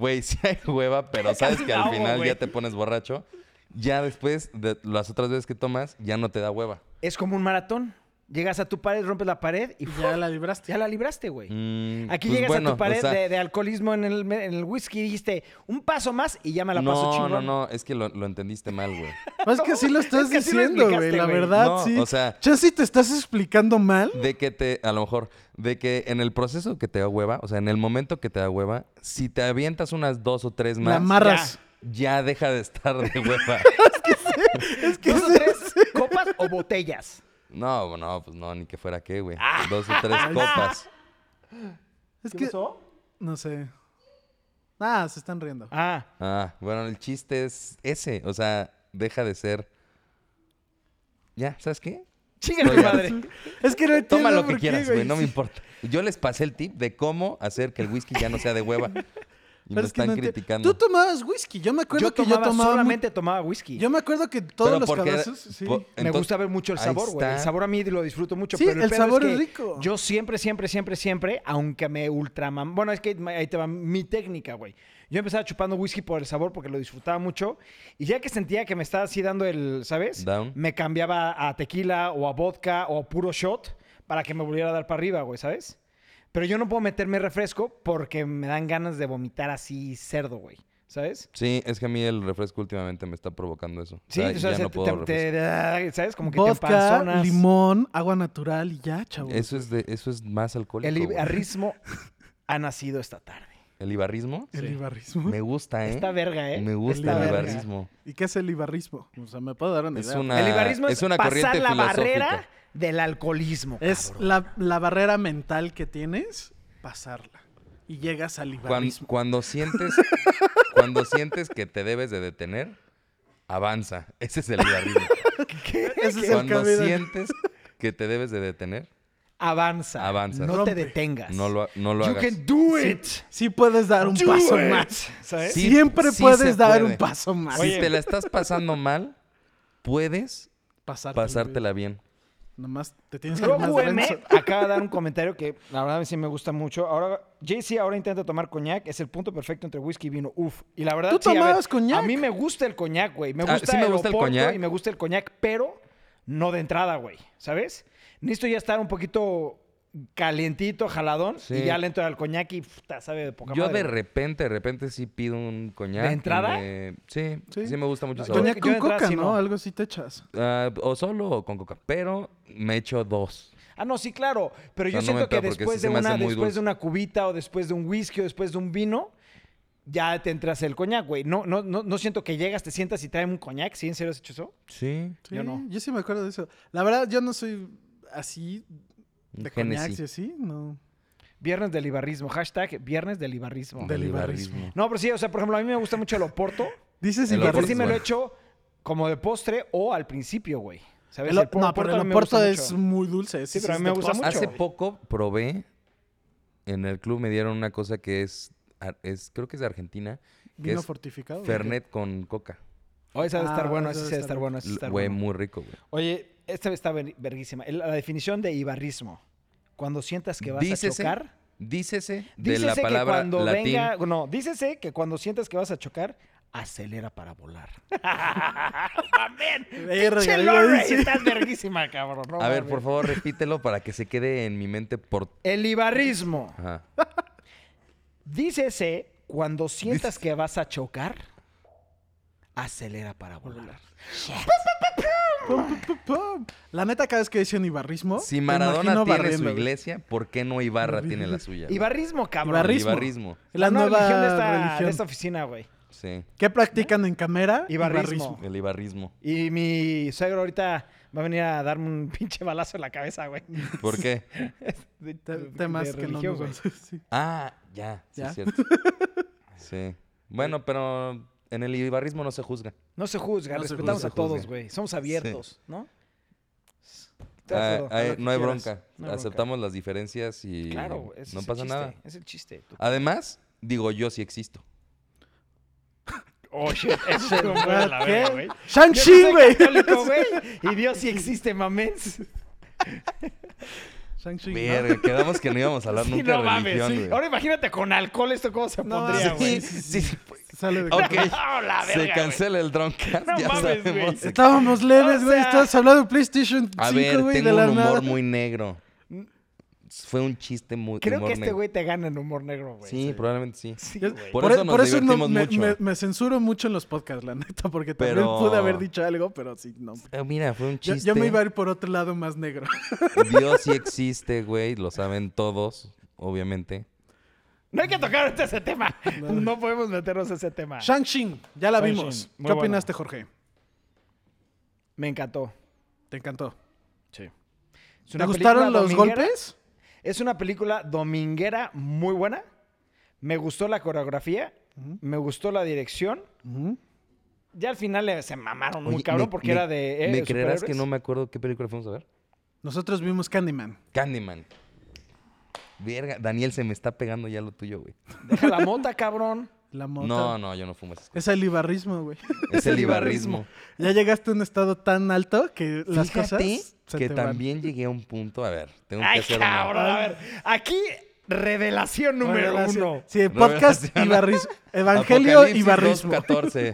S2: güey, sí hay hueva, pero sabes
S1: Casi
S2: que
S1: me
S2: al
S1: ahogo,
S2: final
S1: güey.
S2: ya te pones borracho, ya después de las otras veces que tomas, ya no te da hueva.
S1: Es como un maratón. Llegas a tu pared, rompes la pared y
S3: Y ya la libraste.
S1: ya la libraste, güey.
S2: Mm,
S1: Aquí
S2: pues
S1: llegas
S2: bueno,
S1: a
S2: o
S1: tu pared
S2: sea,
S1: de, de alcoholismo en el, me- en el whisky y dijiste un paso más y ya me la paso
S2: no,
S1: chingón.
S2: no, no, es que lo, lo entendiste mal, güey.
S3: Más que así lo estás
S1: Es que así lo
S3: diciendo, güey.
S1: explicaste,
S3: La
S1: güey.
S3: verdad,
S2: No,
S3: sí.
S2: o sea-
S3: Chance te estás explicando mal.
S2: De que te, a lo mejor, de que en el proceso que te da hueva, o sea, en el momento que te da hueva, si te avientas unas dos o tres
S3: La
S2: más,
S3: amarras.
S2: ya deja de estar de hueva.
S3: Es que
S1: Dos o
S3: sí.
S1: tres copas o botellas.
S2: No, no, pues no, ni que fuera qué, güey.
S1: Ah.
S2: Dos o tres copas.
S3: Es que. No sé. Ah, se están riendo.
S1: Ah,
S2: Ah, bueno, el chiste es ese. O sea, deja de ser. Ya, ¿sabes qué?
S1: chinga tu
S2: Oiga.
S1: madre.
S3: Es que no entiendo
S2: Toma lo
S3: por
S2: que
S3: qué,
S2: quieras, güey, no me importa. Yo les pasé el tip de cómo hacer que el whisky ya no sea de hueva. Y
S3: Pero
S2: me
S3: es que
S2: están
S3: no entiendo.
S2: criticando.
S3: Tú tomabas whisky. Yo me acuerdo
S1: Yo
S3: que
S1: tomaba,
S3: yo tomaba. mu-
S1: solamente tomaba whisky.
S3: Yo me acuerdo que todos
S2: Pero
S3: los
S2: porque-
S3: cabazos. Sí.
S2: po-
S1: me
S2: entonces-
S1: gusta ver mucho el
S2: ahí
S1: sabor, güey. El
S2: está.
S1: sabor a mí lo disfruto mucho.
S3: Sí,
S1: pero
S3: el
S1: pedo
S3: sabor
S1: es,
S3: es
S1: que
S3: rico.
S1: Yo siempre, siempre, siempre, siempre, aunque me ultraman. Bueno, es que ma- ahí te va mi técnica, güey. Yo empezaba chupando whisky por el sabor porque lo disfrutaba mucho. Y ya que sentía que me estaba así dando el, ¿sabes?
S2: Down.
S1: Me cambiaba a tequila o a vodka o a puro shot para que me volviera a dar para arriba, güey, ¿sabes? Pero yo no puedo meterme refresco porque me dan ganas de vomitar así cerdo, güey. ¿Sabes?
S2: Sí, es que a mí el refresco últimamente me está provocando eso.
S1: Sí,
S2: o sea,
S1: o sea,
S2: ya
S1: se-
S2: no
S1: te-
S2: puedo
S1: te- te- ¿sabes? Como que te
S3: Vodka,
S1: empanzonas.
S3: limón, agua natural y ya, chavo.
S2: refresco. Eso es, de, eso es más alcohólico.
S1: El
S2: güey. El,
S1: ibarrismo ha nacido esta tarde.
S2: ibarrismo.
S3: El
S1: Sí.
S3: ibarrismo.
S2: Me gusta, ¿eh?
S1: Esta verga, ¿eh?
S2: Me gusta
S3: Está
S2: el
S3: verga.
S2: ibarrismo.
S3: ¿Y qué es el ibarrismo? O sea, me puedo dar una
S2: Es
S3: idea.
S2: una,
S1: El ibarrismo es,
S2: es una
S1: pasar
S2: corriente
S1: la
S2: filosófica.
S1: barrera del alcoholismo.
S3: Es
S1: cabrón.
S3: la, la barrera mental que tienes, pasarla. Y llegas al
S2: Cuan-
S3: ibarrismo.
S2: cuando sientes cuando sientes que te debes de detener, avanza. Ese es el ibarrismo.
S3: Ese es el
S2: cuando
S3: camino.
S2: sientes que te debes de detener,
S1: Avanza.
S2: Avanzas.
S1: No
S3: Rompe.
S1: te detengas.
S2: no lo, ha- no lo
S1: you
S2: hagas.
S1: can do it.
S3: Sí puedes dar un
S1: Do
S3: paso
S1: it.
S3: más.
S1: ¿Sabes?
S2: Sí,
S3: Siempre
S2: sí
S3: puedes
S2: se
S3: dar
S2: puede.
S3: un paso más.
S2: Si te la estás pasando mal, puedes
S3: Pasártela.
S2: pasártela bien.
S3: Nomás te tienes que ir más
S1: Roku M
S3: denso.
S1: acaba de dar un comentario que la verdad sí me gusta mucho. Ahora, JC ahora intenta tomar coñac, es el punto perfecto entre whisky y vino. Uf. Y la verdad,
S3: ¿Tú
S1: sí, a ver,
S3: tomabas coñac?
S1: A mí me gusta el coñac, güey. Me
S2: Ah,
S1: gusta,
S2: sí me
S1: el,
S2: gusta el
S1: Oporto
S2: coñac.
S1: Y me gusta el coñac, pero no de entrada, güey. ¿Sabes? Necesito ya estar un poquito calientito, jaladón.
S2: Sí.
S1: Y ya le entro al coñac y puta, sabe de poca
S2: Yo
S1: madre.
S2: de repente, de repente sí pido un coñac.
S1: ¿De
S2: y
S1: entrada?
S2: me- Sí, sí,
S3: Sí.
S2: me gusta mucho
S1: No,
S2: ese
S1: yo-
S2: sabor.
S3: Coñac con
S1: de entrada
S3: coca,
S1: sí
S3: ¿no?
S1: no.
S3: Algo así te echas.
S2: Ah, o solo o con coca, pero me echo dos.
S1: Ah, no, sí, claro. Pero yo
S2: O sea, no me
S1: siento que
S2: pega porque
S1: después,
S2: sí
S1: de,
S2: se me hace
S1: una,
S2: muy
S1: después
S2: dulce.
S1: de una cubita o después de un whisky o después de un vino, ya te entras el coñac, güey. No, no, no, no siento que llegas, te sientas y traen un coñac. ¿Sí en serio has hecho eso?
S2: Sí.
S3: Sí,
S1: Yo
S3: yo
S1: no.
S3: sí me acuerdo de eso. La verdad, yo no soy así
S2: un
S3: de coñac
S2: Genesis.
S3: y así, no.
S1: Viernes del ibarrismo. Hashtag viernes del ibarrismo.
S3: Del-
S2: Delibarismo.
S3: Delibarismo.
S1: No, pero sí, o sea, por ejemplo, a mí me gusta mucho el Oporto.
S3: Dices
S2: El
S1: Pero
S2: Oporto
S1: sí
S2: es
S1: me lo he
S2: bueno.
S1: hecho como de postre o al principio, güey. ¿Sabes?
S3: El o-
S1: por-
S3: no, pero
S1: a
S3: el
S1: mí me
S3: Oporto
S1: gusta
S3: es
S1: mucho.
S3: muy dulce.
S1: Sí, pero a mí me gusta mucho.
S2: Hace poco probé, en el club me dieron una cosa que es, ar- es creo que es de Argentina, que
S3: Vino
S2: es
S3: fortificado. ¿o qué?
S2: Fernet con coca.
S1: Oh, esa debe estar
S3: Ah,
S1: bueno,
S3: esa
S1: esa sí
S3: debe
S1: debe estar
S3: estar
S1: bueno. esa debe
S2: L-
S1: estar
S2: Güey,
S1: bueno.
S2: muy rico, güey.
S1: Oye, esta está ver- verguísima. El- La definición de ibarrismo. Cuando sientas que vas
S2: Dícese-
S1: a chocar.
S2: Dícese de
S1: Dícese
S2: la
S1: que
S2: palabra
S1: cuando
S2: latín.
S1: venga, no, dícese que cuando sientas que vas a chocar, acelera para volar. Amén.
S3: Verga,
S1: Pinche
S3: iba a
S1: Lorre,
S3: decir.
S1: estás verguísima, cabrón. no
S2: A ver,
S1: mames.
S2: por favor, repítelo para que se quede en mi mente por...
S1: El ibarrismo.
S2: Ajá.
S1: Dícese cuando sientas que vas a chocar, acelera para volar.
S3: Pum, pum, pum. La neta, cada vez que dicen ibarrismo.
S2: Si
S3: me
S2: Maradona
S3: imagino
S2: tiene
S3: barriendo,
S2: su
S3: güey.
S2: iglesia, ¿por qué no Ibarra tiene la suya? güey?
S1: Ibarrismo, cabrón.
S3: Ibarrismo.
S2: El Ibarrismo.
S3: La
S1: no,
S3: nueva
S1: religión de esta, de
S3: religión.
S1: esta oficina, güey.
S2: Sí,
S3: ¿Qué practican en Camera?
S1: Ibarrismo.
S2: el Ibarrismo.
S1: Y mi suegro ahorita va a venir a darme un pinche balazo en la cabeza, güey.
S2: ¿Por qué?
S1: De-
S3: Te-
S1: de-
S3: temas
S1: de
S3: que no
S1: religión,
S3: nos
S1: güey.
S3: gustan, sí.
S2: Ah, ya, sí,
S3: Ya.
S2: es cierto. Sí. Bueno, pero en el Ibarrismo no se juzga.
S1: No se juzga,
S3: No se
S1: respetamos
S2: juzga.
S1: a
S2: No se juzga.
S1: todos, güey. Somos abiertos, ¿no? ¿Estás de
S2: Ah,
S1: acuerdo?
S2: ah,
S3: lo que
S2: no hay
S3: quieras,
S2: bronca.
S1: no hay bronca.
S2: Aceptamos las diferencias y
S1: claro, güey, ese
S2: no
S1: es el
S2: pasa
S1: chiste,
S2: nada.
S1: Es el chiste. Tú-
S2: Además, digo yo sí existo.
S1: Oh, shit, eso es como de la
S3: ¿Qué?
S1: verga, güey. Yo sí
S3: Shang-Chi,
S1: soy
S3: güey.
S1: católico, güey. Y Dios sí existe, mamens.
S3: Shang-Chi. ¿no?
S2: Verga, quedamos que no íbamos a hablar
S1: Sí,
S2: nunca
S1: no
S2: de
S1: mames.
S2: religión,
S1: sí.
S2: güey.
S1: Ahora imagínate con alcohol esto cómo se
S3: No,
S1: pondría,
S3: sí,
S1: güey.
S3: sí,
S2: Sí, sí.
S3: Sale de
S2: Ok,
S1: Oh, la
S2: se
S1: verga, güey.
S2: cancela el Drunkcast,
S1: No
S2: ya
S1: mames,
S2: sabemos.
S1: güey.
S3: Estábamos leves,
S1: O
S3: güey.
S1: sea-
S3: Estabas hablando de PlayStation 5,
S2: A ver,
S3: güey, de
S2: tengo
S3: la
S2: un humor
S3: nada.
S2: muy negro. Fue un chiste muy
S1: Mm. Creo
S2: humor
S1: que este
S2: negro.
S1: güey te gana en humor negro, güey.
S2: Sí, probablemente sí.
S1: Sí,
S3: Ya-
S1: güey.
S2: Por eso
S3: e-
S2: nos divertimos
S3: me,
S2: mucho.
S3: Me, me censuro mucho en los podcasts, la neta, porque
S2: Pero-
S3: también pude haber dicho algo, pero sí, no.
S2: Ah, mira, fue un
S3: Yo,
S2: chiste.
S3: yo me iba a ir por otro lado más negro.
S2: Dios sí existe, güey, lo saben todos, obviamente.
S1: No hay que tocar ahorita ese tema. No, podemos meternos a ese tema.
S3: Shang-Chi, ya la
S1: Ah. Shang-Chi,
S3: vimos.
S1: muy
S3: ¿Qué
S1: buena.
S3: opinaste, Jorge?
S1: Me encantó.
S3: ¿Te encantó?
S1: Sí.
S3: ¿Te gustaron los golpes?
S1: Es una película dominguera muy buena. Me gustó la coreografía, me gustó la dirección.
S3: Ujú.
S1: Ya al final eh, se mamaron muy
S2: Oye,
S1: cabrón
S2: me-
S1: porque
S2: me-
S1: era de. eh,
S2: ¿Me creerás que
S1: superhéroes.
S2: no me acuerdo qué película fuimos a ver?
S3: Nosotros vimos Candyman.
S2: Candyman. Verga, Daniel se me está pegando ya lo tuyo, güey.
S1: Deja la mota, cabrón.
S3: La mota.
S2: No, no, yo no fumo esas cosas.
S3: Es el ibarrismo, güey.
S2: Es el ibarrismo.
S3: Ya llegaste a un estado tan alto que las
S2: Fíjate
S3: cosas se
S2: que
S3: te van.
S2: también llegué a un punto, a ver, tengo que
S1: Ay,
S2: hacer una-
S1: cabrón. A ver, aquí revelación número
S3: Revelación.
S1: uno.
S3: Sí, podcast
S2: Revelación.
S3: ibarrismo. Evangelio
S2: Apocalipsis
S3: ibarrismo.
S2: 2:14.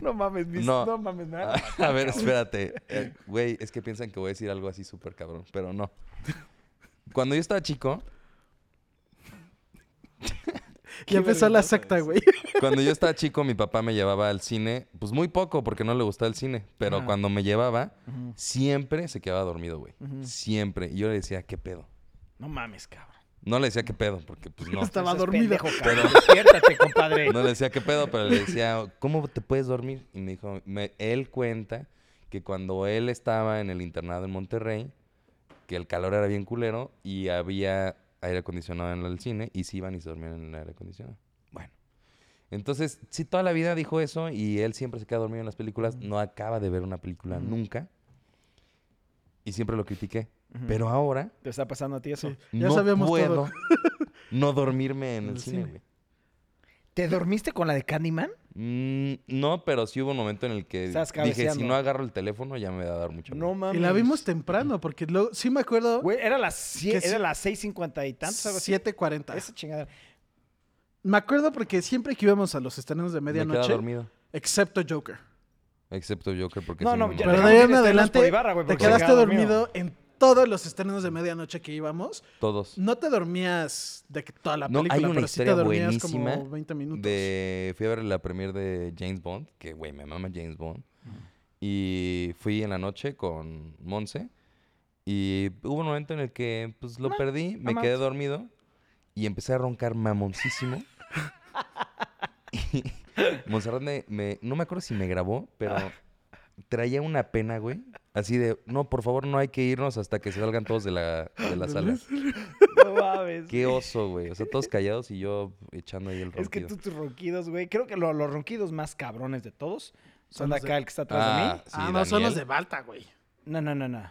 S1: No mames, mis- no.
S2: No.
S1: mames, nada.
S2: A a ver, espérate. Eh, Güey, es que piensan que voy a decir algo así súper cabrón, pero no. Cuando yo estaba chico,
S3: Ya empezó la secta, güey.
S2: Cuando yo estaba chico, mi papá me llevaba al cine, pues muy poco porque no le gustaba el cine, pero cuando me llevaba, siempre se quedaba dormido, güey. Siempre. Y yo le decía, ¿qué pedo?
S1: No mames, cabrón.
S2: No le decía qué pedo, porque pues no.
S3: Estaba
S1: Seas
S3: dormido.
S1: pendejo, cabrón. Despiértate, compadre.
S2: No le decía qué pedo, pero le decía, ¿cómo te puedes dormir? Y me dijo, me- él cuenta que cuando él estaba en el internado en Monterrey, que el calor era bien culero y había aire acondicionado en el cine y se iban y se dormían en el aire acondicionado. Bueno. Entonces, sí, toda la vida dijo eso y él siempre se queda dormido en las películas, no acaba de ver una película nunca y siempre lo critiqué. Pero ahora
S1: ¿Te está pasando a ti eso?
S3: Sí. Ya
S2: no
S3: sabíamos
S2: puedo
S3: todo.
S2: no dormirme en
S3: En
S2: el,
S3: el
S2: cine,
S3: cine.
S2: güey.
S1: ¿Te dormiste con la de Candyman?
S2: Mm, no, pero sí hubo un momento en el que
S1: Estás
S2: dije, si
S1: cabeceando.
S2: no agarro el teléfono ya me va a dar mucho
S1: No mames.
S3: Y la vimos temprano, porque luego, sí me acuerdo.
S1: Güey, era las, sie-
S3: Que sí.
S1: era las 6.50 y tantos, algo así.
S3: 7.40.
S1: Esa chingada.
S3: Me acuerdo porque siempre que íbamos a los estrenos de
S2: me queda
S3: medianoche,
S2: dormido.
S3: excepto Joker.
S2: Excepto Joker porque
S1: No,
S2: sí
S1: no,
S2: me
S1: ya
S2: mamé.
S3: Pero
S1: dejamos
S3: de ahí
S1: ir
S3: en
S1: estrenos
S3: adelante,
S1: por Ibarra, güey,
S3: te
S1: porque
S3: quedaste
S1: se queda dormido.
S3: dormido en todos los estrenos de medianoche que íbamos.
S2: todos.
S3: No te dormías de que toda la
S2: No,
S3: película,
S2: hay una
S3: pero sí te
S2: historia
S3: dormías
S2: buenísima
S3: como 20 minutos.
S2: De, fui a ver la premier de James Bond, que güey, me mama James Bond. Y fui en la noche con Monse. Y hubo un momento en el que pues lo perdí, me
S1: mamá.
S2: quedé dormido y empecé a roncar mamoncísimo. Y Montserrat me, me- no me acuerdo si me grabó, pero
S1: Ah.
S2: traía una pena, güey. Así de, no, por favor, no hay que irnos hasta que se salgan todos de la, de la sala.
S1: No mames.
S2: Qué oso, güey. O sea, todos callados y yo echando ahí el ronquido.
S1: Es que tú tus ronquidos, güey. Creo que lo- los ronquidos más cabrones de todos
S3: Son
S1: son de
S3: los de-
S1: acá, el que está atrás de mí.
S2: sí,
S3: ah, no, son
S2: Daniel.
S3: los de Balta, güey.
S1: No, no, no, no.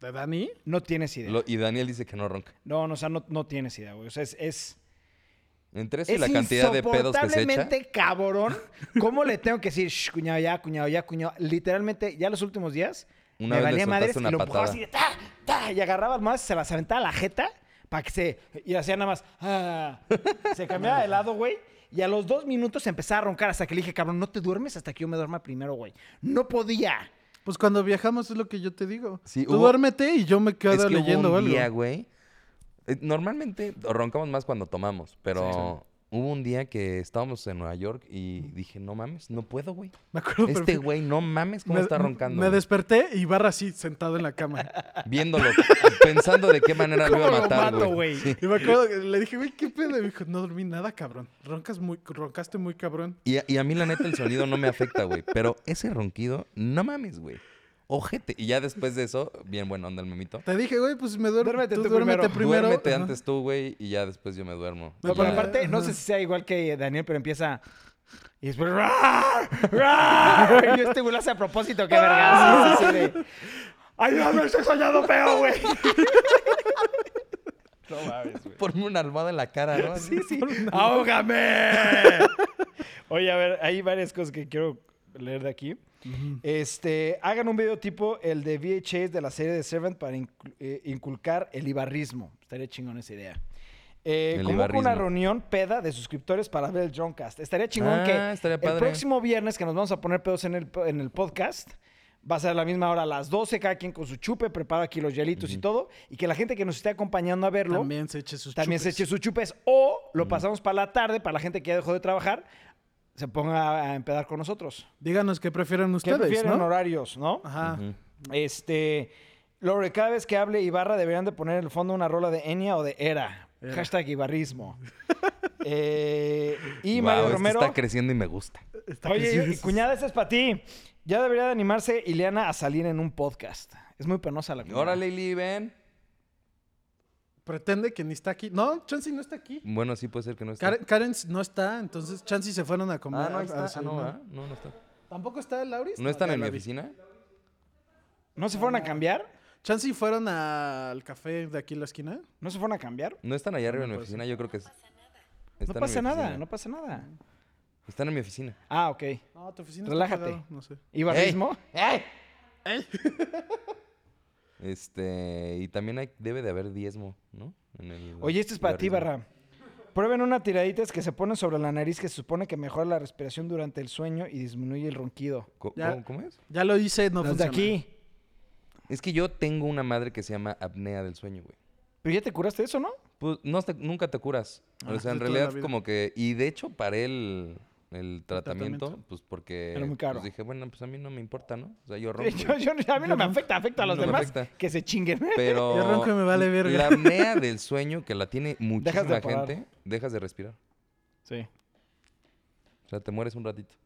S3: ¿De Dani?
S1: No tienes idea.
S2: Lo- y Daniel dice que no ronca.
S1: No, no, o sea, no, no tienes idea, güey. O sea, es, es,
S2: Entre eso y
S1: es
S2: la cantidad de pedos que se echa.
S1: insoportablemente cabrón. ¿Cómo le tengo que decir, "Shh, cuñado ya, cuñado ya, cuñado? Literalmente, ya los últimos días, me
S2: Una vez le
S1: valía madres
S2: soltaste
S1: y
S2: una
S1: lo empujaba
S2: patada.
S1: así de ta, ta, y agarraba al más, se las aventaba a la jeta para que se... Y hacía nada más... ah. se cambiaba de lado, güey. Y a los dos minutos empezaba a roncar hasta que le dije, cabrón, no te duermes hasta que yo me duerma primero, güey. No podía.
S3: Pues cuando viajamos es lo que yo te digo.
S2: Sí,
S3: Tú
S2: hubo-
S3: duérmete y yo me quedo
S2: Es que hubo
S3: leyendo
S2: un día,
S3: algo.
S2: güey. eh, Normalmente roncamos más cuando tomamos, pero hubo un día que estábamos en Nueva York y dije, no mames, no puedo, güey.
S3: Me acuerdo
S2: Este
S3: perfecto.
S2: güey, no mames, cómo
S3: Me-
S2: está roncando.
S3: Me
S2: güey.
S3: desperté y barra así, sentado en la cama.
S2: Viéndolo, pensando de qué manera lo iba a
S1: ¿Cómo lo
S2: matar,
S1: mato,
S2: güey.
S1: güey?
S2: Sí.
S3: Y me acuerdo que le dije, güey, ¿qué pedo? Y me dijo, no dormí nada, cabrón. Roncas muy, roncaste muy cabrón.
S2: Y, a- y a mí, la neta, el sonido no me afecta, güey. Pero ese ronquido, no mames, güey. Ojete. Y ya después de eso, bien buena onda el memito.
S3: Te dije, güey, pues me duermo.
S1: Duérmete tú
S3: duérmete
S1: primero.
S3: primero.
S2: Duérmete
S3: Ajá.
S2: antes tú, güey, y ya después yo me duermo.
S3: No,
S2: Y
S1: Porque
S2: ya-
S1: aparte, no sé si sea igual que Daniel, pero empieza... Y después... "Rar, rar". Y este güey lo hace a propósito, qué verga. Sí, sí, sí, de, ¡Ayúdame, estoy soñando feo, güey! No mames, güey.
S2: Ponme una almohada en la cara, ¿no?
S1: Sí, sí. ¡Ahógame! Oye, a ver, hay varias cosas que quiero leer de aquí. Este, hagan un video tipo el de VHS de la serie de Servant para inclu- eh, inculcar el ibarrismo. Estaría chingón esa idea. Eh,
S2: El
S1: convoco una
S2: ibarrismo.
S1: reunión peda de suscriptores para ver el Drunkcast. Estaría chingón
S2: Ah,
S1: que
S2: estaría
S1: el
S2: padre.
S1: próximo viernes que nos vamos a poner pedos en el, po- en el podcast va a ser a la misma hora, a las 12, cada quien con su chupe, prepara aquí los hielitos y todo, y que la gente que nos esté acompañando a verlo
S3: También se eche sus
S1: también
S3: chupes.
S1: se eche sus chupes o lo pasamos para la tarde para la gente que ya dejó de trabajar se ponga a empedar con nosotros.
S3: Díganos qué prefieren
S1: ¿Qué
S3: ustedes,
S1: prefieren
S3: ¿no? Ah.
S1: horarios, no?
S3: Ajá.
S2: Ujú.
S1: Este, Lore, cada vez que hable Ibarra deberían de poner en el fondo una rola de Enya o de Era.
S3: Era.
S1: Hashtag ibarrismo. Eh, y
S2: Guau,
S1: Mario
S2: esto
S1: Romero.
S2: está creciendo y me gusta.
S3: Está que
S1: Oye,
S3: sí,
S1: y- cuñada, esta es para ti. Ya debería de animarse Ileana a salir en un podcast. Es muy penosa la cuñada.
S2: Ahora, Lili, ven.
S3: Pretende que ni está aquí. No, Chansey no está aquí.
S2: Bueno, sí puede ser que no esté.
S3: Karen, Karen no está, entonces Chansey se fueron a comer.
S2: Ah, no, ahí
S3: a- a
S2: está. Ah, no,
S3: desayunar.
S2: ¿verdad? no, no está.
S3: ¿Tampoco está Lauris? Ah,
S2: ¿No están
S3: ya
S2: en mi
S3: la vi.
S2: oficina?
S1: ¿No se
S3: Ah.
S1: fueron a cambiar?
S3: Chansey fueron al café de aquí en la esquina.
S1: ¿No se fueron a cambiar?
S2: ¿No están allá arriba en mi
S3: puede ser.
S2: oficina? Yo creo que es-
S1: No
S2: están en mi
S1: pasa nada,
S2: oficina.
S1: no pasa nada.
S2: Están en mi oficina.
S1: Ah, ok.
S3: No, tu oficina
S1: Relájate.
S3: está pegado, No sé.
S1: ¿Ibarrismo?
S2: Este, y también hay, debe de haber diezmo, ¿no? En el-
S1: Oye, esto es para ti,
S2: barrismo.
S1: Barra. Prueben una tiraditas que se ponen sobre la nariz que se supone que mejora la respiración durante el sueño y disminuye el ronquido.
S2: Co-
S3: Ya.
S2: ¿Cómo, cómo es?
S3: Ya lo hice, no
S1: Los de
S3: funciona.
S1: aquí.
S2: Es que yo tengo una madre que se llama apnea del sueño, güey.
S1: Pero ya te curaste eso, ¿no?
S2: Pues no te- nunca te curas.
S3: Ah,
S2: o sea,
S3: de toda
S2: en
S3: la
S2: realidad
S3: vida.
S2: como que... Y de hecho paré el, el tratamiento,
S3: tratamiento.
S2: pues porque...
S1: Era muy caro.
S2: Pues dije, bueno, pues a mí no me importa, ¿no? O sea, yo ronco.
S1: Yo- yo- a mí no me afecta, afecta a los
S2: No me
S1: demás.
S2: afecta.
S1: Que se chinguen.
S2: Pero...
S3: Yo ronco y me vale verga.
S2: La apnea del sueño, que la tiene muchísima
S1: Dejas de parar.
S2: gente, dejas de respirar.
S1: Sí.
S2: O sea, te mueres un ratito.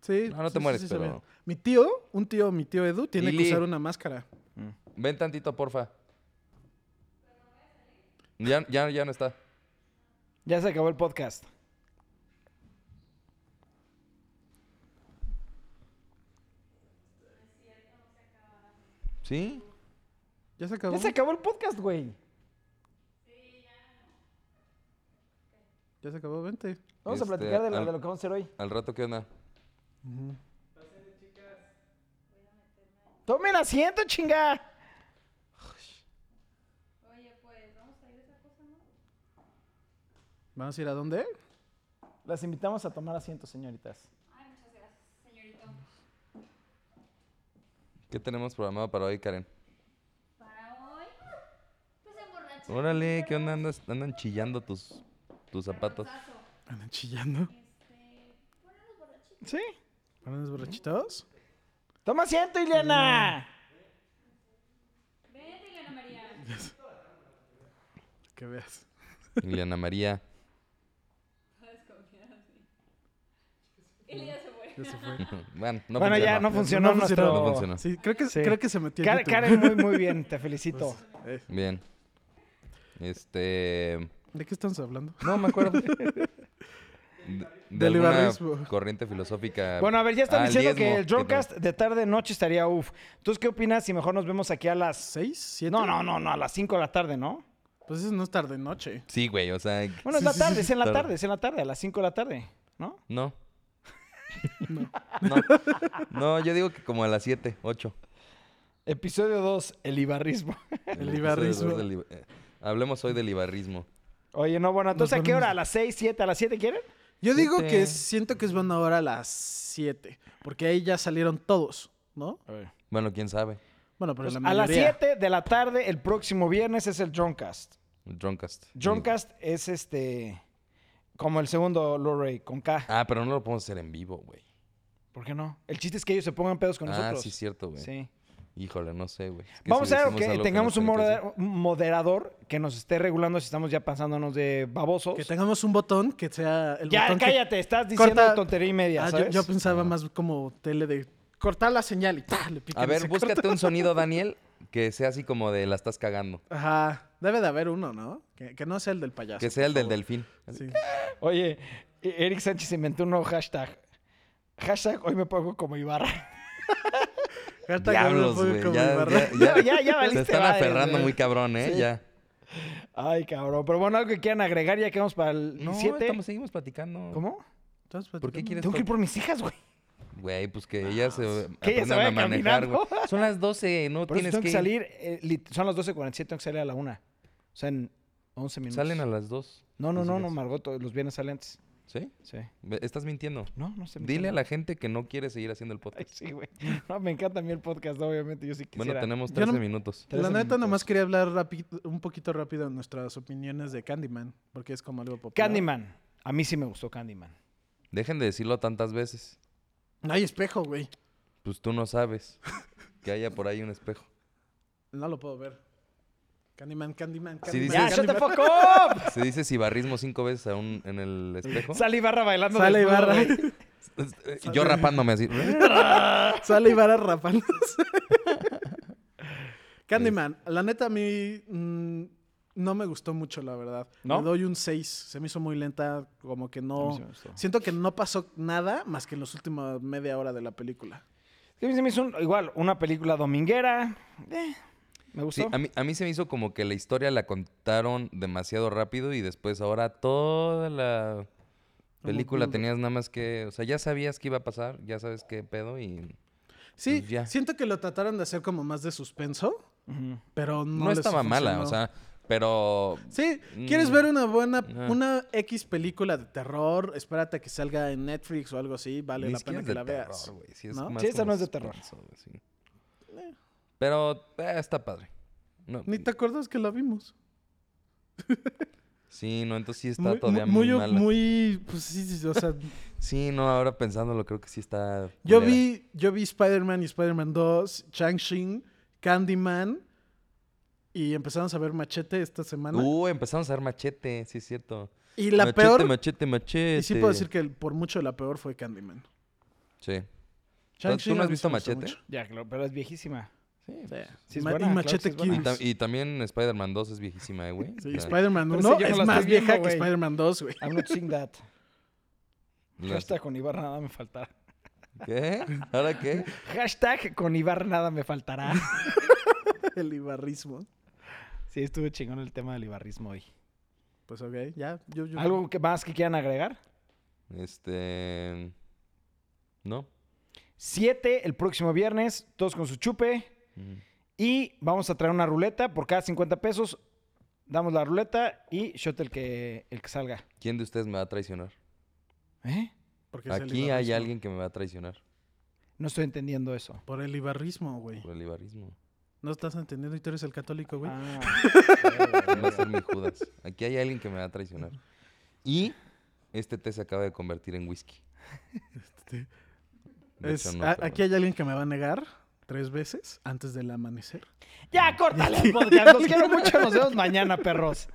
S3: Sí.
S2: No, no te
S3: sí, sí,
S2: mueres,
S3: sí, sabía.
S2: pero-
S3: Mi tío, un tío, mi tío Edu, tiene que
S2: Lili.
S3: usar una máscara.
S2: Ven tantito, porfa. Ya, ya, ya no está.
S1: Ya se acabó el podcast.
S2: ¿Sí?
S3: ¿Ya se acabó?
S1: Ya se acabó el podcast, güey.
S3: Ya se acabó, vente.
S1: Vamos a
S2: Este,
S1: platicar de, la-
S2: al-
S1: de lo que vamos a hacer hoy.
S2: Al rato, ¿qué onda?
S1: Tomen asiento, chinga.
S3: ¿Vamos a ir a dónde?
S1: Las invitamos a tomar asiento, señoritas.
S2: ¿Qué tenemos programado para hoy, Karen?
S4: Para hoy, pues emborrachar.
S2: Órale, ¿qué onda? Andas- andan chillando tus, tus zapatos.
S3: Andan chillando.
S1: ¿Sí?
S3: ¿Andan los borrachitos?
S1: Toma asiento, Ileana.
S4: Vete, Elena María.
S3: Que veas.
S2: Liliana María.
S4: Él ya se fue.
S3: Ya se fue.
S2: Bueno, no
S1: bueno, ya no
S2: funcionó.
S1: funcionó nuestro...
S2: No
S3: No funcionó.
S2: funcionó.
S3: Sí, creo que,
S1: Sí.
S3: creo que se metió en
S1: Karen,
S3: YouTube.
S1: Karen, muy, muy bien. Te felicito.
S3: Eh,
S2: Bien. Este.
S3: ¿De qué estamos hablando?
S2: No, me acuerdo. De, de
S3: Del
S2: alguna
S3: ibarrismo.
S2: corriente filosófica.
S1: Bueno, a ver, ya están
S2: Ah,
S1: diciendo
S2: diezmo,
S1: que el
S2: ¿qué tal?
S1: Dropcast de tarde noche estaría uff. ¿Tú qué opinas si mejor nos vemos aquí a las...
S3: ¿Seis? ¿Siete?
S1: No, no, no, no, a las 5 de la tarde, ¿no?
S3: Pues eso no es tarde noche.
S2: Sí, güey, o sea.
S1: Bueno, es
S3: Sí,
S1: la
S3: sí,
S1: tarde,
S3: sí,
S1: es en la
S2: tarde.
S1: tarde, es en la tarde, a las 5 de la tarde, ¿no?
S2: No. No. No, yo digo que como a las 7, 8.
S1: Episodio 2, el ibarrismo.
S3: El ibarrismo.
S2: eh, Hablemos hoy del ibarrismo.
S1: Oye, no, bueno, entonces, ¿a qué
S3: ponemos-
S1: hora? ¿A las 6, 7, a las 7 quieren?
S3: Yo digo que
S2: Siete.
S3: siento que es buena hora a las siete. Porque ahí ya salieron todos, ¿no?
S2: Bueno, quién sabe.
S3: Bueno, pero
S1: Pues,
S3: la
S1: a las
S3: mayoría.
S1: 7 de la tarde, el próximo viernes, es el Droncast.
S2: El Drunkast.
S1: Droncast es este. Como el segundo Lorray, con K.
S2: Ah, pero no lo podemos hacer en vivo, güey.
S1: ¿Por qué no? El chiste es que ellos se pongan pedos con
S2: Ah,
S1: nosotros.
S2: sí, cierto, güey.
S1: Sí.
S2: Híjole, no sé, güey. Es que
S1: Vamos
S2: si
S1: a ver
S2: decimos
S1: que
S2: algo
S1: tengamos
S2: no
S1: un
S2: tiene que
S1: moder-
S2: decir-
S1: un moderador que nos esté regulando si estamos ya pasándonos de babosos.
S3: Que tengamos un botón que sea el
S1: ya,
S3: botón que-
S1: cállate, estás diciendo
S3: corta-
S1: tontería y media,
S3: Ah, yo-
S1: ¿sabes?
S3: yo, pensaba más como tele de cortar la señal y ¡tah! le pican
S2: A
S3: y
S2: ver,
S3: se
S2: búscate
S3: corta.
S2: un sonido, Daniel, que sea así como de la estás cagando.
S3: Ajá. Debe de haber uno, ¿no? Que, que no sea el del payaso.
S2: Que sea el
S3: por
S2: del delfín.
S3: favor. Sí.
S1: Oye, E- Eric Sánchez inventó un nuevo hashtag. Hashtag hoy me pongo como Ibarra.
S3: Hashtag
S2: Diablos,
S3: hablo
S2: güey.
S3: como
S2: Ya,
S3: Ibarra.
S2: ya, ya,
S1: No, ya- ya valiste
S2: Se están
S1: madre,
S2: aferrando
S1: güey.
S2: muy cabrón, ¿eh?
S1: Sí.
S2: Ya.
S1: Ay, cabrón. Pero bueno, algo que quieran agregar ya que vamos para el 7.
S2: seguimos platicando.
S1: ¿Cómo?
S3: Entonces,
S2: ¿Por qué
S3: platicando.
S2: quieres
S1: Tengo que ir por mis hijas, güey.
S2: Güey, pues que ellas se
S1: Que ellas se
S2: aprendan a
S1: vayan
S2: manejar, güey.
S1: caminando.
S2: Son las 12, no
S1: Por eso
S2: tienes
S1: tengo
S2: que,
S1: que, salir, eh, lit- son las 12.47, tengo que salir a la 1. O sea, en 11 minutos.
S2: Salen a las 2.
S1: No, no, no, no, Margot, to- los viernes sale antes.
S2: ¿Sí?
S1: Sí.
S2: Ve- Estás mintiendo.
S1: No, no se me
S2: Dile a
S1: entiende.
S2: la gente que no quiere seguir haciendo el podcast.
S1: Ay, sí, güey. No, me encanta a mí el podcast, obviamente, yo sí quisiera.
S2: Bueno, tenemos
S3: Yo no-
S2: 13 minutos.
S1: Trece
S3: La neta,
S1: minutos.
S3: nomás quería hablar rapi- un poquito rápido de nuestras opiniones de Candyman, porque es como algo popular.
S1: Candyman. A mí sí me gustó Candyman.
S2: Dejen de decirlo tantas veces.
S3: No hay espejo, güey.
S2: Pues tú no sabes que haya por ahí un espejo.
S3: No lo puedo ver. Candyman, Candyman, Candyman.
S2: Sí, dice-
S1: ¡Ya,
S2: Candyman.
S1: shut the fuck up!
S2: Se dice sibarrismo cinco veces a un- en el espejo.
S1: Sale Ibarra bailando.
S3: Sale
S1: desnudo,
S3: Ibarra.
S1: güey.
S2: Y Yo rapándome así.
S3: Sale Ibarra rapándose. Candyman, la neta a mí mm, no me gustó mucho, la verdad.
S1: ¿No?
S3: Le doy un 6. Se me hizo muy lenta, como que
S1: A mí sí
S3: no...
S1: me gustó.
S3: Siento que no pasó nada más que en los últimos media hora de la película.
S1: Es que a mí se me hizo un- igual una película dominguera. Eh, me
S2: Sí,
S1: gustó.
S2: a mí, a mí se me hizo como que la historia la contaron demasiado rápido y después ahora toda la película
S3: build-up.
S2: tenías nada más que... O sea, ya sabías que iba a pasar, ya sabes qué pedo y...
S3: Sí,
S2: Pues ya.
S3: siento que lo trataron de hacer como más de suspenso,
S1: Ujú.
S3: pero no
S2: No,
S3: les
S2: estaba mala, o
S3: funcionó.
S2: sea, pero...
S3: Sí, ¿quieres
S2: Mm.
S3: ver una buena,
S2: Ajá.
S3: una X película de terror? Espérate a que salga en Netflix o algo así, vale
S2: ni
S3: la
S2: siquiera
S3: pena
S2: es
S3: que
S2: de
S3: la
S2: terror,
S3: veas.
S2: güey, sí, es
S3: ¿no?
S2: más
S1: Sí, esa
S2: como
S1: no es de terror.
S2: suspenso, güey, sí. Pero eh, está padre. No,
S3: Ni te acuerdas que la vimos.
S2: Sí, no, entonces sí está
S3: muy,
S2: todavía
S3: muy,
S2: muy,
S3: muy,
S2: mala.
S3: muy, pues sí, sí, o sea,
S2: Sí, no, ahora pensándolo creo que sí está...
S3: yo
S2: culera.
S3: vi, yo vi Spider-Man y Spider-Man 2, Chang-Chi, Candyman y empezamos a ver Machete esta semana.
S2: Uh, empezamos a ver machete, sí es cierto.
S3: y la
S2: machete,
S3: peor,
S2: machete, machete.
S3: y sí puedo decir que el- por mucho la peor fue Candyman.
S2: Sí.
S3: Shang-Chi
S2: ¿Tú no
S3: a
S2: has
S3: mí sí
S2: visto
S3: me gustó
S2: Machete?
S3: mucho.
S1: Ya, claro, pero es viejísima. Sí, es
S3: Ma-
S1: buena, claro
S3: y
S1: que
S3: Machete
S1: es buena.
S2: Y,
S3: Kills.
S2: tam- y también Spider-Man 2 es viejísima, eh, güey.
S3: Sí,
S2: O sea,
S3: Spider-Man
S1: Pero esa
S3: 1
S1: yo no la
S3: es
S1: estoy
S3: más
S1: viendo,
S3: vieja que
S1: güey.
S3: Spider-Man 2, güey.
S1: I'm not seeing that.
S2: las-
S1: Hashtag con Ibarra nada me faltará.
S2: ¿Qué? ¿Ahora qué?
S1: Hashtag con Ibarra nada me faltará.
S3: El ibarrismo.
S1: Sí, estuvo chingón el tema del ibarrismo hoy.
S3: Pues ok, ya. Yo, yo-
S1: ¿Algo que más que quieran agregar?
S2: Este. No.
S1: 7 el próximo viernes, todos con su chupe.
S3: Mm.
S2: Ujú.
S1: Y vamos a traer una ruleta por cada 50 pesos. Damos la ruleta y shot el que, el que salga.
S2: ¿Quién de ustedes me va a traicionar?
S1: ¿Eh?
S3: Porque es el
S2: Aquí hay
S3: ibarrismo.
S2: alguien que me va a traicionar
S1: No estoy entendiendo eso.
S3: Por el ibarrismo, güey.
S2: por el ibarrismo.
S3: No estás entendiendo y tú eres el católico, güey.
S1: Ah.
S2: ¿Quién va a ser mi Judas? Aquí hay alguien que me va a traicionar. Y este té se acaba de convertir en whisky.
S3: Este,
S2: De
S3: es-
S2: hecho, no,
S3: a-
S2: pero-
S3: aquí hay alguien que me va a negar tres veces antes del amanecer.
S1: ya, córtale el podcast. Los quiero mucho. Nos vemos mañana, perros.